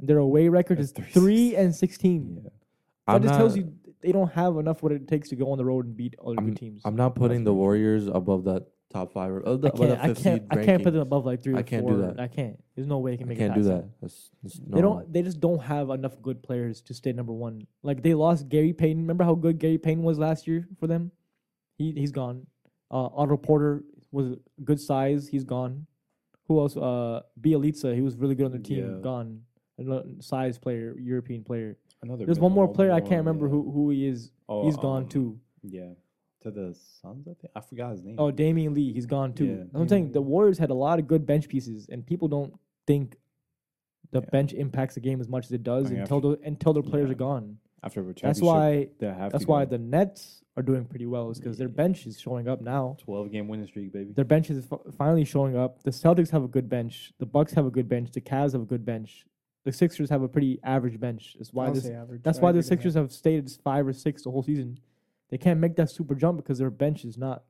A: And their away record is
D: That's
A: three,
D: three
A: and sixteen.
D: Yeah.
A: That
C: I'm
A: just tells
C: not-
A: you they don't have enough what it takes to go on the road and beat other good teams.
C: I'm not putting the Warriors above that top five. Or, uh, the,
A: I
C: above
A: can't.
C: that
A: I
C: fifth
A: can't.
C: seed
A: I can't put them
C: rankings.
A: above like three.
C: I
A: or
C: can't do
A: four.
C: that.
A: I can't. There's no way they can
C: I
A: make
C: can't
A: it
C: do
A: past them.
C: that. That's, that's, no.
A: They don't. They just don't have enough good players to stay number one. Like they lost Gary Payton. Remember how good Gary Payton was last year for them? He he's gone. Uh, Otto Porter was a good size. He's gone. Who else? Uh, Bielitsa. He was really good on their team.
D: Yeah.
A: Gone. Another size player, European player.
D: Another
A: There's one more player I can't remember who, who he is.
D: Oh,
A: he's gone
D: um,
A: too.
D: Yeah, to the Suns. I think I forgot his name.
A: Oh, Damian Lee. He's gone too.
D: Yeah.
A: I'm saying the Warriors had a lot of good bench pieces, and people don't think the
D: Yeah.
A: bench impacts the game as much as it does
D: I mean,
A: until the, until their players
D: yeah.
A: are gone.
D: after a
A: That's
D: championship,
A: why
D: they have
A: that's
D: to go
A: why the Nets are doing pretty well is because their
D: Yeah.
A: bench is showing up now.
D: twelve game winning streak, baby.
A: Their bench is f- finally showing up. The Celtics have a good bench. The Bucks have a good bench. The Cavs have a good bench. The Sixers have a pretty average bench. That's why
B: I'll
A: this,
B: say average.
A: that's
B: I
A: why
B: agree
A: the
B: with that.
A: Sixers have stayed as five or six the whole season. They can't make that super jump because their bench is not.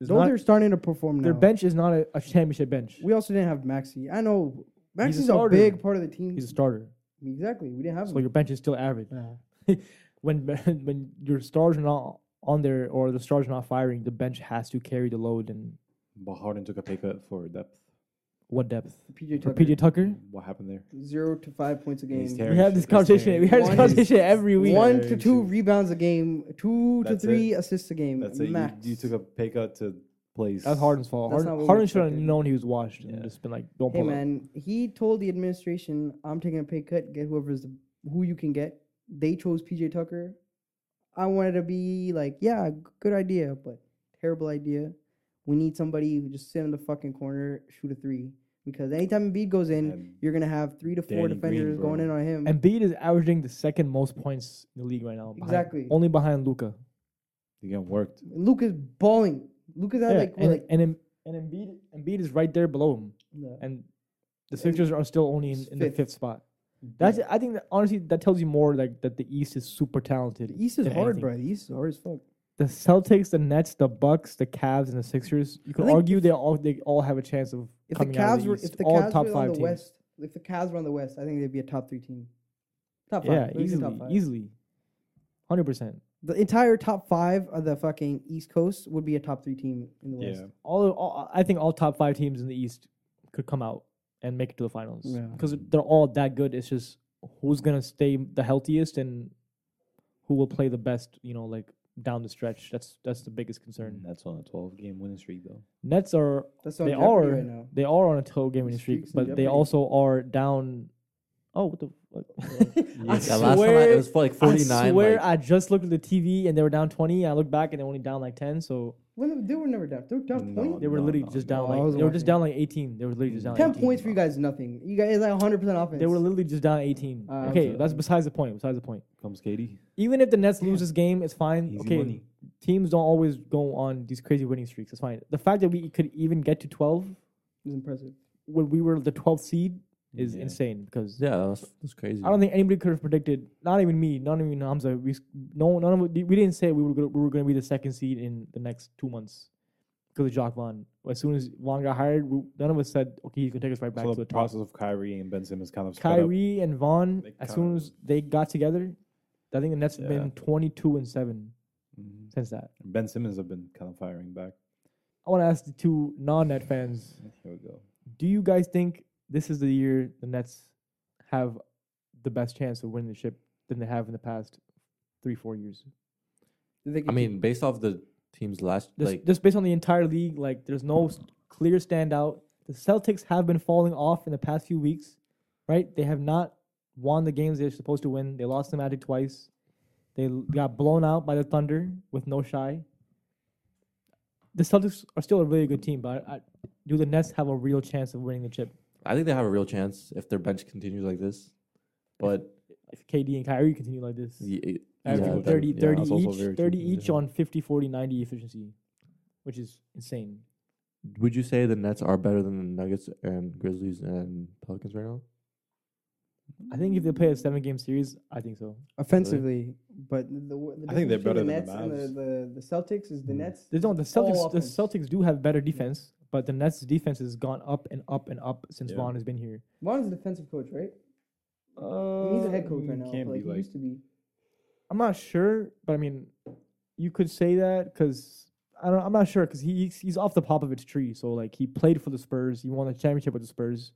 A: is
B: Though
A: not-
B: they're starting to perform now.
A: their bench is not a, a championship bench.
B: We also didn't have Maxi. I know
A: a
B: Maxi's a,
A: starter.
B: big part of the team.
A: He's a starter,
B: exactly. We didn't have
A: so
B: him.
A: your bench is still average.
B: Yeah.
A: when when your stars are not on there or the stars are not firing, the bench has to carry the load. And
D: But Harden took a pay cut for depth.
A: what depth?
B: PJ
A: For
B: Tucker.
A: PJ Tucker,
D: What happened there?
B: Zero to five points a
D: He's
B: game.
D: terrible.
A: we have this conversation. We have this
B: One-
A: conversation every week.
B: One to
D: Yeah,
B: two
D: two.
B: rebounds a game. Two
D: That's
B: to
D: it.
B: three assists a game.
D: That's it. You,
B: max.
D: you took a pay cut to place.
A: That's Harden's fault.
B: That's not
A: Harden,
B: what we
A: Harden should have
B: expected.
A: known he was washed and
D: Yeah.
A: just been like, "Don't
B: Hey
A: Oh, pull up."
B: man, he told the administration, "I'm taking a pay cut. Get whoever's the, who you can get." They chose PJ Tucker. I wanted to be like, "Yeah, g- good idea, but terrible idea. We need somebody who just sit in the fucking corner, shoot a three, because anytime Embiid goes in,
D: And
B: you're gonna have three to four
D: Danny Green,
B: defenders
D: bro.
B: going in on him."
A: Embiid is averaging the second most points in the league right now. behind-
B: Exactly.
A: only behind Luca.
D: You getting worked.
B: Luca's balling. Luca's at
A: Yeah,
B: like, what,
A: and,
B: like
A: and Em- and Embiid Embiid is right there below him,
B: no.
A: and the Sixers are still only in, in the
B: Fifth.
A: fifth spot. That's I think that, honestly that tells you more like that the East is super talented.
B: the East is
A: than
B: hard,
A: anything.
B: bro. The East is hard as fuck.
A: the Celtics, the Nets, the Bucks, the Cavs, and the Sixers. You can
B: think
A: argue they all they all have a chance of
B: If the
A: coming out of
B: Cavs
A: the
B: were
A: East.
B: if the
A: all
B: Cavs
A: top
B: were
A: five
B: on the
A: teams.
B: West, if the Cavs were on the West, I think they'd be a top three team. Top five.
A: yeah,
B: Let me say
A: easily,
B: top five.
A: easily, hundred percent.
B: The entire top five of the fucking East Coast would be a top three team in the West.
A: All, all I think all top five teams in the East could come out and make it to the finals
B: Yeah.
A: because they're all that good. It's just who's gonna stay the healthiest and who will play the best. You know, like down the stretch. That's that's the biggest concern.
D: That's on a 12 game winning streak, though.
A: Nets are
B: Mm. That's on
A: they
B: Jeopardy
A: are
B: right now.
A: they are on a toe game
B: The
A: winning streak,
B: streak's in
A: but they
B: jeopardy.
A: also are down. Oh, what the? What? I
C: Yeah, last time I,
A: swear-
C: it was for like 49.
A: I swear,
C: like-
A: I just looked at the TV and they were down twenty. I looked back and they were only down like ten. So
B: Well, they- they were never down. They were down
D: No,
B: point.
A: they were
D: No,
A: literally
D: no,
A: just
D: no.
A: down
B: I
A: like
B: was
A: they were just
B: watching.
A: down like eighteen. They were literally just down.
B: Ten
A: 18.
B: points for you guys, is nothing. You guys it's like 100 percent offense.
A: They were literally just down eighteen.
B: Uh,
A: okay,
D: okay.
A: that's besides the point. Besides the point.
D: Comes Katie.
A: Even if the Nets lose this game, it's fine.
D: Easy
A: okay,
D: money.
A: teams don't always go on these crazy winning streaks. That's fine. The fact that we could even get to twelve
B: It was impressive.
A: when we were the twelfth seed is
D: Yeah.
A: insane because
C: yeah, that's that's crazy.
A: I don't think anybody could have predicted. Not even me. Not even Hamza. We s- no none of we didn't say we were gonna, we were going to be the second seed in the next two months because of Jock Vaughn. As soon as Vaughn got hired, we, none of us said okay, he's going to take us right back
D: so
A: to
D: the
A: the top.
D: process of Kyrie and Ben Simmons kind of sped up.
A: Kyrie and Vaughn,
D: uh, They
A: as
D: kinda-
A: soon as they got together, I think the Nets have
D: Yeah.
A: been twenty two and seven
D: Mhm.
A: since that.
D: Ben Simmons have been kind of firing back.
A: I want to ask the two non Net fans.
D: Here we go.
A: Do you guys think this is the year the Nets have the best chance of winning the ship than they have in the past three, four years?
B: Did they
C: I
B: get-
C: mean, based off the team's last,
A: Just,
C: like,
A: just based on the entire league, like there's no s- clear standout. The Celtics have been falling off in the past few weeks, right? They have not won the games they're supposed to win. They lost to the Magic twice. They l- got blown out by the Thunder with no shy. The Celtics are still a really good team, but I, I, do the Nets have a real chance of winning the chip?
C: I think they have a real chance if their bench continues like this. But
A: if KD and Kyrie continue like this,
C: y- it- yeah,
A: averaging
C: that-
A: 30,
C: yeah,
A: 30
D: that's also very
A: each,
D: true.
A: 30 each
C: Yeah.
A: on 50, 40, 90 efficiency, which is insane.
C: Would you say the Nets are better than the Nuggets and Grizzlies and Pelicans right now?
A: I think if they play a seven game series, I think so.
B: offensively, but the, w- the
D: I think they're
B: difference between
D: better than the
B: Nets and the, the, the Celtics
A: Mm.
B: is the Nets.
A: There's no, the
B: It's all
A: Celtics. The
B: offense.
A: Celtics do have better defense, but the Nets' defense has gone up and up and up since
D: Yeah.
A: Vaughn has been here.
B: Vaughn's a defensive coach, right?
A: Uh,
B: He's a head coach right now.
D: can't
B: but, like
D: be
B: he
D: like-
B: used to be.
A: I'm not sure, but I mean, you could say that because I don't. I'm not sure because he's he's off the Popovich tree. So like he played for the Spurs. He won the championship with the Spurs.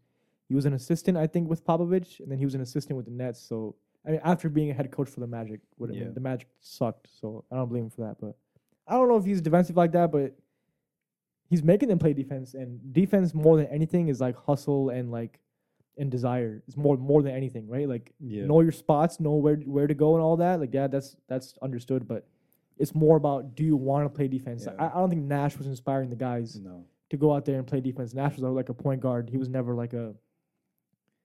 A: He was an assistant, I think, with Popovich, and then he was an assistant with the Nets. So I mean, after being a head coach for the Magic, whatever
D: Yeah.
A: the Magic sucked. So I don't blame him for that. But I don't know if he's defensive like that, but he's making them play defense, and defense more than anything is like hustle and like and desire. It's more more than anything, right? Like
D: Yeah.
A: know your spots, know where where to go and all that. Like yeah, that's that's understood, but it's more about do you want to play defense?
D: Yeah.
A: I, I don't think Nash was inspiring the guys
C: Mm.
D: No.
A: to go out there and play defense. Nash was like a point guard. He was never like a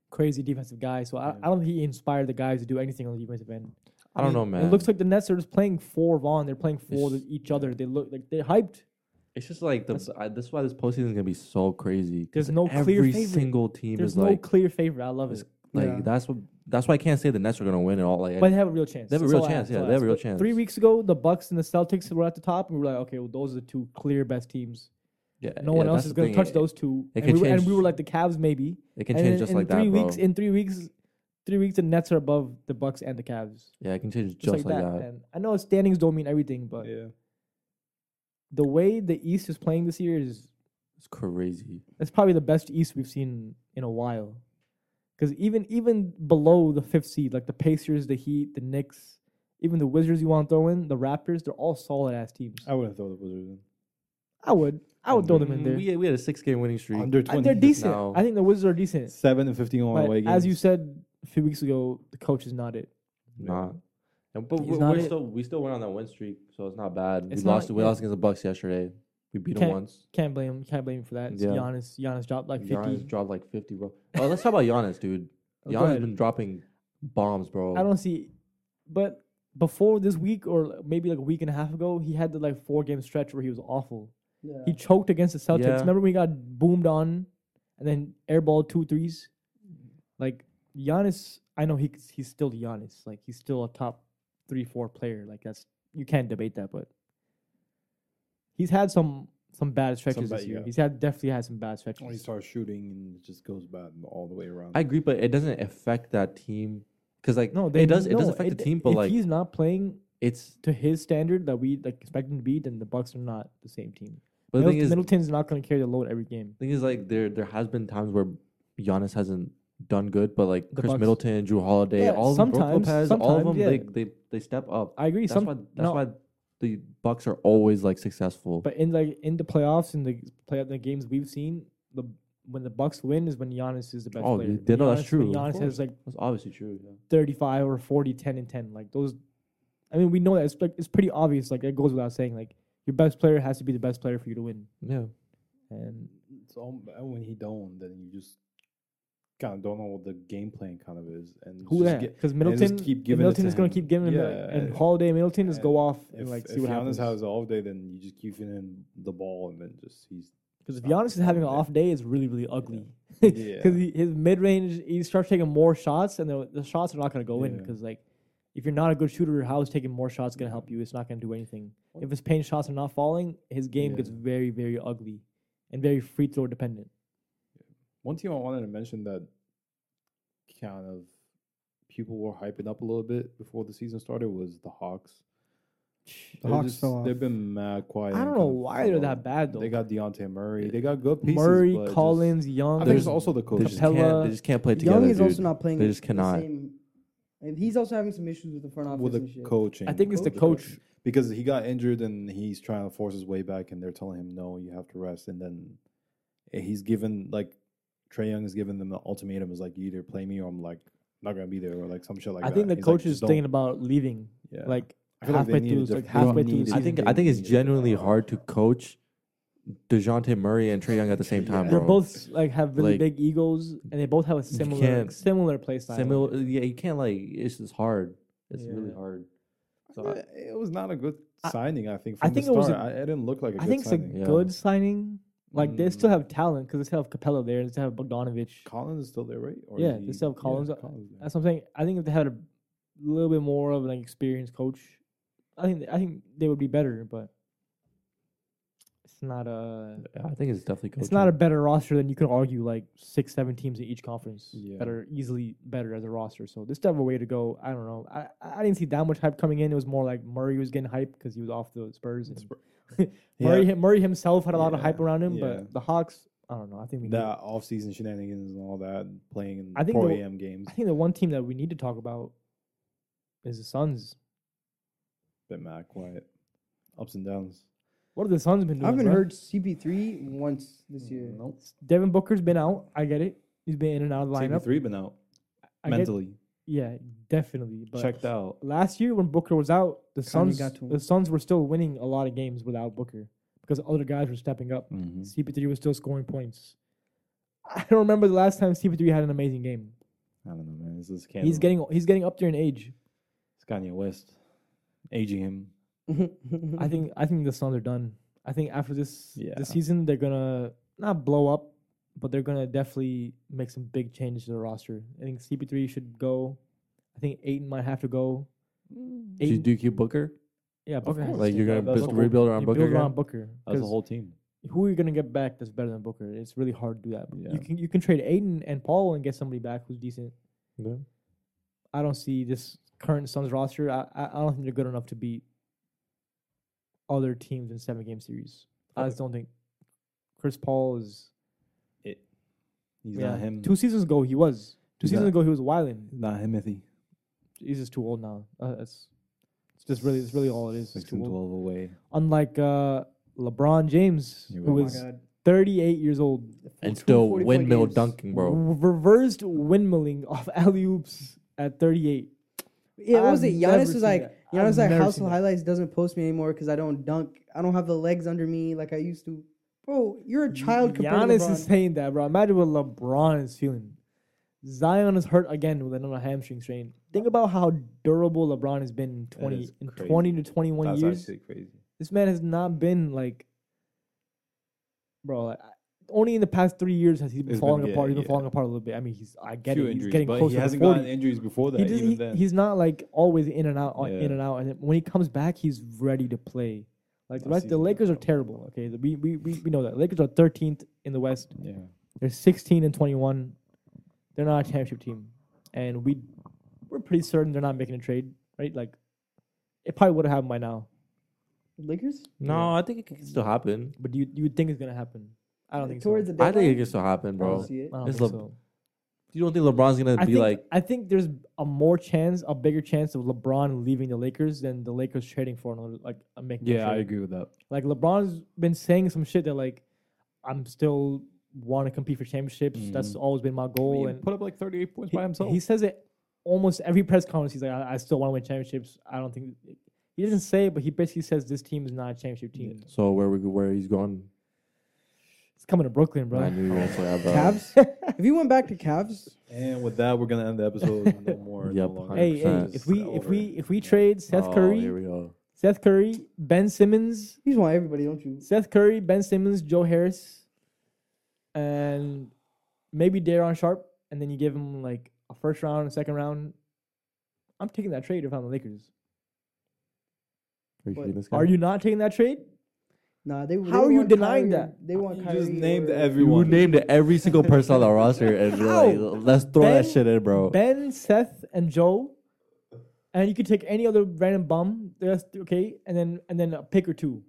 A: crazy defensive guy. So I,
D: Yeah.
A: I don't think he inspired the guys to do anything on the defensive end.
C: I don't know,
A: mean,
C: man.
A: It looks like the Nets are just playing four Vaughn. They're playing four
C: It's-
A: with each other. They look like they're hyped.
C: it's just like the.
A: That's-
C: I, that's why this postseason is gonna be so crazy. 'cause
A: There's no clear
C: every
A: favorite.
C: single team
A: There's
C: is
A: no
C: like
A: clear favorite. I love it.
C: it's- like
B: Yeah.
C: that's what. That's why I can't say the Nets are gonna win it all. Like
A: But they have a real chance.
C: They have a
A: That's
C: real
A: all I
C: chance,
A: ask.
C: yeah,
A: That's
C: they have
A: all
C: a
A: I
C: real
A: ask. But Three
C: chance.
A: weeks ago, the Bucks and the Celtics were at the top, and we were like, okay, well, those are the two clear best teams.
C: yeah,
A: No
C: yeah,
A: one else
C: that's
A: is
C: the
A: going to
C: thing.
A: touch
C: It-
A: those two.
C: it
A: And
C: can
A: we, were, and
C: change-
A: we were like the Cavs, maybe.
C: It can
A: and
C: change
A: in,
C: just
A: in
C: like
A: three
C: that,
A: weeks,
C: bro.
A: in three weeks, three weeks, the Nets are above the Bucks and the Cavs.
C: Yeah, it can change
A: Just, like, that. And I know standings don't mean everything, but
D: Yeah.
A: the way the East is playing this year is
C: It's crazy.
A: that's probably the best East we've seen in a while. Because even even below the fifth seed, like the Pacers, the Heat, the Knicks, even the Wizards, you want to throw in the Raptors, they're all solid ass teams.
D: I wouldn't throw the Wizards in.
A: I would, I would throw them in there.
C: Mm, We, we had a six game winning streak.
D: Under
A: I,
D: 20.
A: they're decent.
C: now.
A: I think the Wizards are decent.
D: 7 and 15 on
A: But
D: away games.
A: as you said a few weeks ago, the coach is not it.
C: Nah. And, but
A: He's
C: we're,
A: not
C: we're
A: it.
C: still we still went on that win streak, so it's not bad.
A: It's
C: we lost
A: not-
C: we
A: yeah.
C: lost against the Bucks yesterday. We beat them
A: Can't-
C: once.
A: Can't blame him. Can't blame him for that. It's
C: Yeah.
A: Giannis, Giannis dropped like fifty.
C: Giannis dropped like fifty, bro. Oh, let's talk about Giannis, dude.
A: Oh, go
C: Giannis has
A: ahead.
C: been dropping bombs, bro.
A: I don't see, but before this week or maybe like a week and a half ago, he had the like four game stretch where he was awful.
B: Yeah.
A: He choked against the Celtics.
C: Yeah.
A: Remember when he got boomed on, and then airball two threes. Like Giannis, I know he he's still Giannis. Like he's still a top three four player. Like that's you can't debate that. But he's had some some bad stretches
D: bad-
A: this year.
D: yeah.
A: He's had definitely had some bad
D: when he
A: stretches.
D: starts shooting and it just goes bad all the way around.
C: I agree, but it doesn't affect that team because like
A: No,
C: no,
A: they,
C: it does. It does
A: no,
C: affect the
A: it-
C: team, but
A: if
C: like
A: he's not playing
C: it's.
A: to his standard that we like expect him to be, then the Bucks are not the same team.
C: But the
A: Middleton-
C: thing is,
A: Middleton's not going to carry the load every game.
C: thing is like there there has been times where Giannis hasn't done good, but like
A: The
C: Chris
A: Bucks.
C: Middleton, Drew Holiday,
A: Yeah,
C: all of them, Brook
A: sometimes-
C: Lopez, all of
A: sometimes,
C: them,
A: yeah.
C: they, they they step up.
A: I agree.
C: That's
A: some
C: why that's
A: no,
C: why the Bucks are always like successful.
A: But in like in the playoffs and the play the games we've seen, the when the Bucks win is when Giannis is the best
C: Oh,
A: player.
C: yeah,
A: When
C: no, that's
A: Giannis-
C: true.
A: When
C: Of
A: Giannis has
C: course.
A: like
C: That's obviously true. Yeah.
A: 35 or 40, 10 and 10. Like those, I mean, we know that it's like it's pretty obvious. Like it goes without saying. Like your best player has to be the best player for you to win.
C: Yeah,
A: And
D: So um, when he don't, then you just kind of don't know what the game plan kind of is, and
A: who
D: just
A: that?
D: get-
A: Because
D: just
A: Middleton,
D: keep
A: and
D: giving it
A: Middleton
D: to
A: is going
D: him.
A: to keep giving him, that,
D: Yeah,
A: and
D: and-
A: Holiday and Middleton just
D: and
A: go off
D: if,
A: and like see
D: if
A: what
D: Giannis
A: happens.
D: has an off day, then you just keep feeding him the ball, and then just he's
A: Because if Giannis is having an
D: Yeah.
A: off day, it's really really ugly.
D: Yeah.
A: Because his mid range, he starts taking more shots, and the, the shots are not going to go in.
D: Yeah.
A: Because like, if you're not a good shooter, how is taking more shots going to help you? It's not going to do anything. If his paint shots are not falling, his game
D: Yeah.
A: gets very very ugly, and very free throw dependent.
D: One team I wanted to mention that kind of people were hyping up a little bit before the season started was the Hawks.
B: The
D: They're
B: Hawks fell off.
D: They've been mad quiet.
A: I
D: and
A: don't know
D: kind of
A: why they're
D: fell off.
A: that bad though.
D: They got Deontay Murray. They got good pieces.
A: Murray,
D: but just-
A: Collins, Young.
D: I think
C: There's-
D: it's also the coach.
C: they just,
A: Capella-
C: can't, they just can't play together.
B: Young is also
C: dude.
B: not playing.
C: They just cannot.
B: The same, and he's also having some issues with the front office
D: with
B: and
D: the
B: shit.
D: coaching.
A: I think it's the coach.
D: because he got injured and he's trying to force his way back, and they're telling him no, you have to rest. And then he's given like Trey Young is giving them the ultimatum is like you either play me or I'm like not gonna be there or like some shit like
A: I
D: that.
A: think the
D: He's like,
A: coach
D: "Just
A: is
D: don't."
A: thinking about leaving.
D: Yeah.
A: Like
D: I feel like they
A: halfway
D: need
A: through,
D: a
A: like
D: different-
A: halfway
D: they
A: through.
D: need
A: the
D: a
C: I
A: season.
C: think
D: Season
C: I think it's
D: game.
C: genuinely hard to coach Dejounte Murray and Trey Young at the same time,
A: They're
C: bro.
A: both like have really
C: Like-
A: big egos, and they both have a similar
C: can't-
A: similar play style.
C: similar. Yeah, you can't like. It's just hard. It's really
A: Yeah.
C: hard. So I-
D: Uh, it was not a good
A: I-
D: signing. I think.
A: I
D: From
A: think
D: I think
A: it
D: the
A: was
D: start.
A: a-
D: I it didn't look like a
A: I
D: good
A: think it's a
D: signing.
C: Yeah.
A: good signing. Like they still
D: Mm.
A: have talent because they still have Capella there, and they still have Bogdanovich.
D: Collins is still there, right? Or
A: Yeah,
D: is
A: they still have Collins. uh,
D: there.
A: That's what I'm saying. I think if they had a little bit more of an experienced coach, I think I think they would be better. But it's not a
C: I think it's definitely. Coaching.
A: it's not a better roster than you can argue like six seven teams in each conference
D: Yeah.
A: that are easily better as a roster. So they still have a way to go. I don't know. I I didn't see that much hype coming in. It was more like Murray was getting hype because he was off the Spurs. And Murray
D: Yeah.
A: him- Murray himself had a lot of hype
D: Yeah,
A: around him,
D: yeah.
A: but the Hawks. I don't know. I think we need,
D: That off-season shenanigans and all that, playing in
A: I think
D: 4
A: the-
D: a.m. games,
A: I think the one team that we need to talk about is the Suns.
D: been mad quiet, ups and downs.
A: What have the Suns been doing?
B: I haven't
A: bruh?
B: heard CP3 once this year.
D: Nope.
A: Devin Booker's been out. I get it. He's been in and out of the lineup.
D: CP3 been out
A: I get-
D: mentally,
A: yeah, definitely. But
D: checked out.
A: last year when Booker was out, the
B: Kinda
A: Suns
B: got to him.
A: the Suns were still winning a lot of games without Booker because other guys were stepping
C: Mm-hmm.
A: up. CP3 was still scoring points. I don't remember the last time CP3 had an amazing game.
D: I don't know, man. This is Kanye.
A: He's getting he's getting up there in age.
D: it's Kanye West, aging him.
C: Mm-hmm.
A: I think I think the Suns are done. I think after this
D: Yeah.
A: this season they're gonna not blow up, but they're gonna definitely make some big changes to the roster. I think CP3 should go. I think Aiton might have to go.
C: Do you,
A: Aiton-
C: Mm. do you keep Booker?
A: yeah, Booker. has to
C: Like
A: stay.
C: you're gonna
D: That's
C: build-
D: the whole-
C: rebuild
A: You
C: around Booker.
A: build
C: again?
A: around Booker.
D: That's the
A: 'cause
D: whole team.
A: who are you gonna get back that's better than Booker? It's really hard to do that.
D: Yeah.
A: You can you can trade Aiden and Paul and get somebody back who's decent. I don't see this current Suns roster. I I I don't think they're good enough to beat other teams in seven game series. I just don't think Chris Paul is.
D: It. He's
A: yeah,
D: not him.
A: Two seasons ago he was. Two
D: He's
A: seasons
D: not-
A: ago he was wilding.
D: He's not Himothy.
A: He's just too old now. Uh, that's it's just really it's really all it is. It's
D: Six
A: too
D: and
A: old.
D: twelve away.
A: Unlike uh, LeBron James,
D: You're
A: who
B: oh
D: right. Oh
B: my
A: is
B: god.
A: thirty eight years old.
C: And
B: 42,
C: still
B: 44
C: windmill
B: games.
C: dunking, bro.
A: w- reversed windmilling off alley oops at 38.
B: Yeah, what was
A: I've
B: it?
A: never
B: Giannis
A: seen
B: was like,
A: that. I've
B: Giannis was like
A: never seen
B: household
A: that.
B: highlights doesn't post me anymore because I don't dunk. I don't have the legs under me like I used to. Bro, you're a child compared
A: Giannis
B: to LeBron.
A: is saying that, bro. Imagine what LeBron is feeling. Zion is hurt again with another hamstring strain. Think about how durable LeBron has been in
D: That
A: 20,
D: is
A: in
D: crazy.
A: 20 to 21
D: That's
A: years.
D: actually crazy.
A: This man has not been like, bro, like, I- only in the past three years has he been
D: It's been
A: falling
D: getting-
A: apart. He's been
D: yeah.
A: falling apart a little bit. I mean, he's, I get
D: Few
A: it.
D: injuries,
A: he's getting
D: but
A: close
D: he
A: to
D: hasn't
A: the 40.
D: gotten injuries before that.
A: He does,
D: even
A: he,
D: then,
A: he's not like always in and out, on- in
D: Yeah.
A: and out. And then when he comes back, he's ready to play. Like the,
D: Last
A: rest, the
D: season,
A: Lakers are
D: that's
A: terrible. Okay, The- we, we, we, we know that Lakers are 13th in the West.
D: yeah.
A: They're 16 and 21. They're not a championship team, and we we're pretty certain they're not making a trade, right? Like it probably would have happened by now.
B: Lakers?
C: No, I think it can still happen.
A: But do you you would think it's gonna happen? I don't think
B: Towards
A: so.
B: the
C: I think it
B: deadline?
C: can still happen,
B: I don't
C: bro.
B: see it.
A: I don't
C: It's
A: think
C: Le-
A: so.
C: You don't think LeBron's gonna
A: I
C: be
A: think,
C: like
A: I think there's a more chance, a bigger chance of LeBron leaving the Lakers than the Lakers trading for another, like uh, making. a
E: Yeah, I
A: trade.
E: agree with that.
A: Like LeBron's been saying some shit that like, I'm still want to compete for championships.
C: Mm-hmm.
A: That's always been my goal.
E: He
A: and
E: put up like 38 points
A: he,
E: by himself.
A: he says it almost every press conference. He's like, I, I still want to win championships. I don't think he doesn't say it, but he basically says this team is not a championship team.
C: so where we where he's going?
A: It's coming to Brooklyn, bro.
C: I knew you were gonna say that, bro.
B: Cavs. if he went back to Cavs,
D: And with that, we're gonna end the episode. No more.
C: Yep,
D: no longer.
A: Hey, hey,
C: 100%.
A: if we if we if we trade Seth
C: Oh,
A: Curry,
C: Here we go.
A: Seth Curry, Ben Simmons,
B: you just want everybody, don't you?
A: Seth Curry, Ben Simmons, Joe Harris, and maybe Daron Sharp, and then you give him like a first round, a second round. I'm taking that trade if I'm the Lakers.
C: Are you
B: What?
C: kidding this guy?
A: Are you not taking that trade?
B: Nah, they. they
A: How are you
B: want
A: denying
B: Kyrie-
A: that?
B: They want
D: You
B: Kyrie.
D: just named
B: or-
C: You
D: everyone.
C: named every single person on the roster, and you're like,
A: How?
C: let's throw that
A: Ben-
C: shit in, bro.
A: Ben, Seth, and Joe, and you could take any other random bum. That's okay, and then and then a pick or two.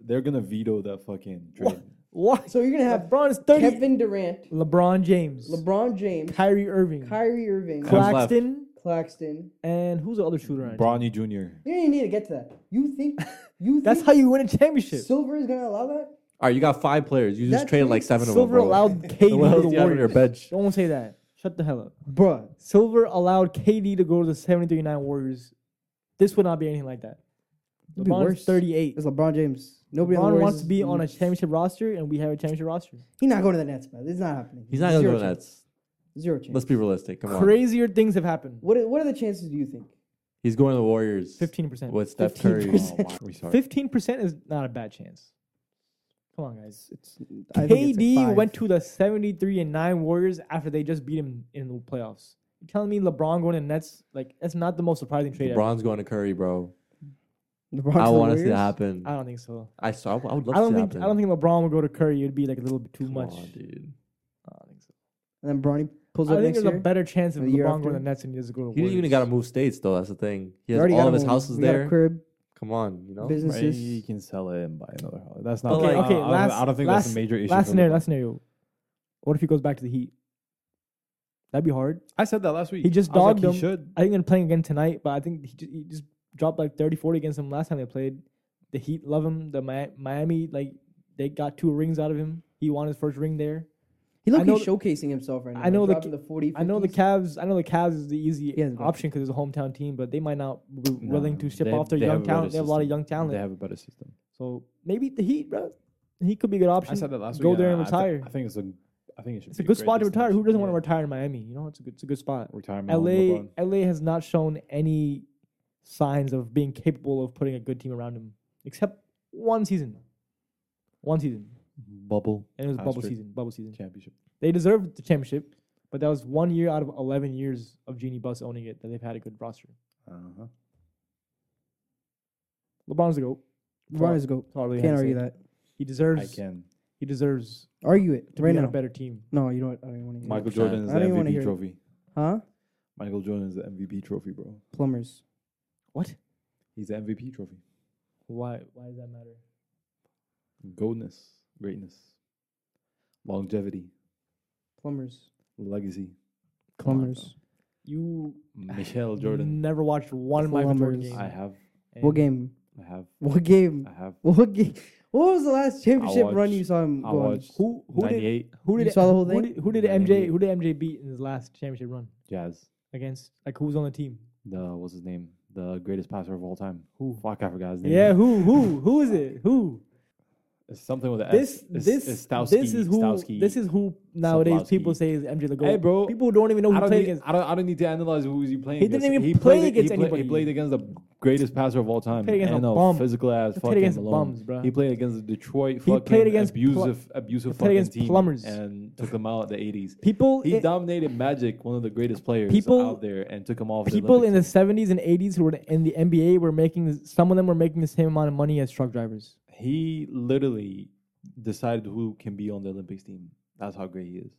D: They're gonna veto that fucking trade.
A: What?
B: So you're gonna have
A: LeBron is thirty.
B: Kevin Durant,
A: LeBron James,
B: LeBron James,
A: Kyrie Irving,
B: Kyrie Irving,
D: Cla- left?
A: Claxton,
B: Claxton.
A: and who's the other shooter? on it?
D: Bronny Jr.
B: You didn't even need to get to that. You think you
A: That's
B: think
A: how you win a championship.
B: Silver is gonna allow that?
C: All right, you got five players. You just
B: That
C: traded
B: trade-
C: like seven
A: Silver
C: of them. bro.
A: allowed KD
C: What
A: to
C: else
A: the
C: do you have on your
A: Warriors.
C: bench?
A: Don't say that. Shut the hell up.
B: Bruh.
A: Silver allowed KD to go to the 739 Warriors. This would not be anything like that.
B: It'd be
A: LeBron's
B: worse.
A: 38.
B: It's LeBron James. Nobody on the
A: LeBron
B: Mm. Warriors
A: wants
B: is-
A: to be on a championship roster, and we have a championship roster.
B: He's not going to the Nets, man. It's not happening.
C: He's not gonna
B: Zero
C: go to
B: chance.
C: Nets.
B: Zero chance.
C: Let's be realistic. Come on.
A: Crazier things have happened.
B: What are, what are the chances do you think?
C: He's going to the Warriors
A: 15%.
C: with Steph Curry.
B: 15%.
E: Oh, wow. We sorry.
A: 15% is not a bad chance. Come on, guys.
B: It's
A: KD went to the 73 and 9 Warriors after they just beat him in the playoffs. You telling me LeBron going to Nets? Like, that's not the most surprising trade. ever.
C: LeBron's going to Curry, bro.
B: LeBron
C: I want to see
B: Warriors?
C: that happen.
A: I don't think so.
C: I saw. I would love
A: I don't think
C: to see that happen.
A: I don't think LeBron would go to Curry. It'd be like a little bit too
C: Come
A: much.
C: on, dude.
A: I don't think so.
B: And then Bronny pulls
A: I
B: up
A: think
B: next
A: there's
B: year.
A: a better chance of
B: Or the year
A: LeBron going
B: after?
A: to the Nets and he doesn't go to
C: He didn't
A: Warriors.
C: even got to move states though. That's the thing.
B: We
C: He has
B: already
C: all
B: got
C: of his
B: him.
C: houses
B: We got a
C: there.
B: crib,
C: Come on, you know.
D: Right,
B: businesses.
D: You can sell it and buy another house. That's not.
C: But,
A: Okay,
C: like,
A: okay.
D: I don't-
A: last,
D: I don't think
A: last,
D: that's a major issue.
A: Last
D: for
A: scenario,
D: LeBron.
A: last scenario. What if he goes back to the Heat? That'd be hard.
D: I said that last week.
A: He just
D: I was
A: dogged
D: like,
A: him.
D: He should.
A: I think they're playing again tonight, but I think he just, he just dropped like 30, 40 against them last time they played. The Heat love him. The Mi- Miami, like, they got two rings out of him. He won his first ring there.
B: He
A: I
B: look
A: know
B: he's showcasing himself right now.
A: I know the-
B: dropping the 40,
A: I know the
B: 50s.
A: Cavs. I know the Cavs is the easy
B: He hasn't got
A: option because it's a hometown team, but they might not be willing
D: Nah,
A: to ship
D: they-
A: off their
D: they
A: young
D: have a
A: talent.
D: better
A: They have a lot of
D: system.
A: young talent,
D: They have a better system.
A: so maybe the Heat, bro. He could be a good option.
D: I said that last
A: Go
D: week.
A: there
D: I-
A: and
D: I thi-
A: retire.
D: I think it's a. I think it should.
A: it's a
D: be
A: good
D: great
A: spot to retire. Who
D: destination.
A: doesn't want to
D: Yeah.
A: retire in Miami? You know, it's a good, it's a good spot.
D: retirement? home,
A: LA,
D: LeBron.
A: LA has not shown any signs of being capable of putting a good team around him, except one season. One season,
D: bubble
A: and it was bubble
D: Asterisk.
A: season. Bubble season.
D: championship.
A: They deserved the championship, but that was one year out of eleven years of Genie Bus owning it that they've had a good roster.
D: Uh-huh.
A: LeBron's a goat.
B: LeBron is a goat.
A: Totally
B: Can't argue that.
A: He
D: I
A: deserves.
D: can.
A: He deserves
B: Argue it
A: to
B: right
A: be on
B: now.
A: a better team.
B: No, you know what? I don't even want to hear.
D: Michael
C: 100%.
D: Jordan is
B: I
D: the
B: don't even wanna hear
D: MVP
B: it.
D: trophy.
B: it. Huh?
D: Michael Jordan is the MVP trophy, bro.
B: Plumbers.
A: What?
D: He's the MVP trophy.
A: Why? Why does that matter?
D: Goldness, greatness, longevity,
B: Plumbers.
D: legacy.
B: Plumbers.
A: You
D: Michelle Jordan.
A: never watched one
B: Full
A: Michael Jordan
B: numbers.
A: game.
D: I have.
A: and
B: What game?
D: I have.
B: What game?
D: I have.
B: What game? What was the last championship
D: watched-
B: run you saw him
D: I
B: go on?
D: watched
A: Who? Who did?
D: 98
A: Who
B: You
A: did
B: saw the whole
A: who
B: thing?
A: did, who did
D: Yeah,
A: MJ?
D: 98.
A: Who did MJ beat in his last championship run
D: Jazz.
A: against? Like who was on the team?
D: The what's his name? The greatest passer of all time.
A: Who?
D: Fuck, I forgot his name.
A: Yeah, who? Who? Who is it? Who?
D: It's something with an
A: This
D: S. It's,
A: this
D: it's Stauskas-
A: this is who
D: Stauskas.
A: this is who nowadays
D: Sokolowski.
A: people say is MJ the goat.
D: Hey, bro,
A: people who don't even know
D: I
A: who
D: don't,
A: played
D: need,
A: against.
D: I don't. I don't need to analyze who was he playing.
A: He didn't
D: against.
A: even play against
D: he played,
A: anybody.
D: he played against the greatest passer of all time.
A: played against a
D: and
A: bum.
D: physical ass.
A: He played
D: fucking
A: against
D: Malone.
A: bums, bruh.
D: He played against the Detroit.
A: He
D: fucking
A: played against pl-
D: abusive, abusive
A: played
D: fucking
A: against
D: team
A: plumbers.
D: and took them out the eighties.
A: People
D: He
A: i-
D: dominated Magic, one of the greatest players
A: People-
D: out there, and took him off.
A: people
D: the
A: in the seventies and eighties who were in the NBA were making some of them were making the same amount of money as truck drivers.
D: Olympics. he literally decided who can be on the Olympics team. That's how great he is.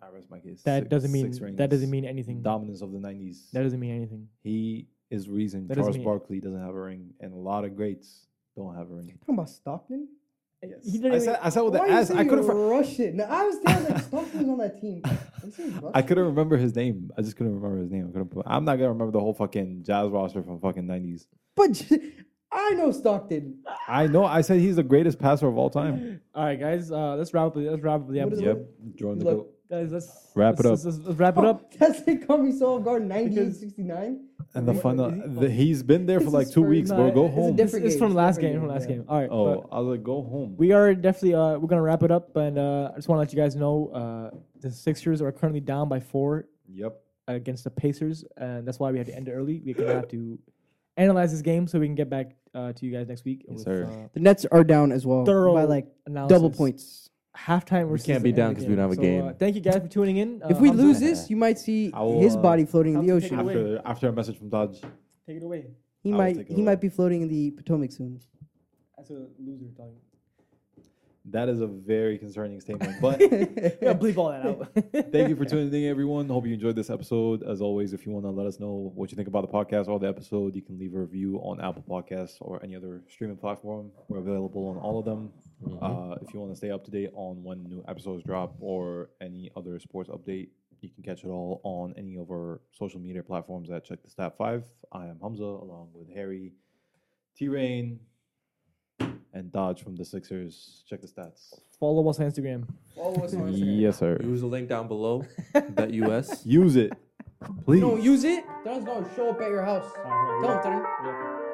D: I rest my case.
A: That
D: Six-
A: doesn't
D: six
A: mean that
D: rings.
A: doesn't mean anything.
D: dominance of the nineties.
A: That doesn't mean anything.
D: He is reason
A: That doesn't
D: Charles
A: mean-
D: Barkley doesn't have a ring, and a lot of greats don't have a ring.
B: Talking about Stockton?
A: He didn't
D: I
A: even-
D: said, I said with Oh, the
B: Why you
D: ass.
B: say
D: I
B: you
D: couldn't. fr-
B: rush it. No, I was thinking like Stockton was on that team. This is
D: I couldn't remember his name. I just couldn't remember his name. I couldn't. I'm not gonna remember the whole fucking Jazz roster from fucking nineties.
B: But I know Stockton.
D: I know. I said he's the greatest passer of all time.
A: All right, guys. Uh, let's wrap up. Let's wrap up the
B: What is
A: episode.
B: it?
D: Yep, Jordan the
B: Look,
D: goat.
A: Guys, let's
D: Wrap
A: let's-
D: it up.
A: Let's, let's- let's wrap it up.
B: That's it. Caught me so off guard. 98-69.
D: And the
B: What-
D: final,
B: is he-
D: the, he's been there for
B: This
D: like
B: is
D: two
B: for-
D: weeks,
A: No,
D: bro. Go
A: it's a
D: home.
A: different-
B: Different
A: It's,
B: game,
A: from
B: it's
A: last
B: different
A: game. From
B: game,
A: last
B: yeah.
A: game. All right.
D: Oh,
A: but-
D: I was like, go home.
A: we are definitely uh, we're gonna wrap it up, and uh, I just want to let you guys know uh, the Sixers are currently down by four
D: Yep.
A: against the Pacers, and that's why we had to end it early. We're gonna have to analyze this game so we can get back uh, to you guys next week.
D: Yes,
A: with,
D: sir.
A: Uh,
B: The Nets are down as well
A: thorough
B: by like
A: analysis.
B: double points.
A: Halftime. versus
C: can't be
A: the end
C: down
A: of
C: 'cause
A: the
C: we don't have a
A: so,
C: game.
A: Uh, thank you guys for tuning in. Uh,
B: if we
A: Hamza,
B: lose this, you might see
D: I will,
B: his
D: uh,
B: body floating in the
A: I'll take it
B: ocean.
A: away.
D: After after a message from Dodge.
A: take it away.
B: He
D: I will
B: might
D: take it
B: he
D: away.
B: might be floating in the Potomac soon.
A: That's a loser talking.
D: That is a very concerning statement. But
A: Yeah, bleep all that out.
D: thank you for tuning in, everyone. Hope you enjoyed this episode. As always, if you want to let us know what you think about the podcast or the episode, you can leave a review on Apple Podcasts or any other streaming platform. We're available on all of them.
C: Mm-hmm.
D: Uh, if you want to stay up to date on when new episodes drop or any other sports update, you can catch it all on any of our social media platforms at Check the Stat 5. I am Hamza along with Harry, T Rain, and Dodge from the Sixers. Check the stats.
A: Follow us on Instagram.
D: Yes, sir.
C: Use the link down below. that US.
D: Use it, please.
B: No, use it. Don's gonna show up at your house. Tell him, Don.
A: Yeah.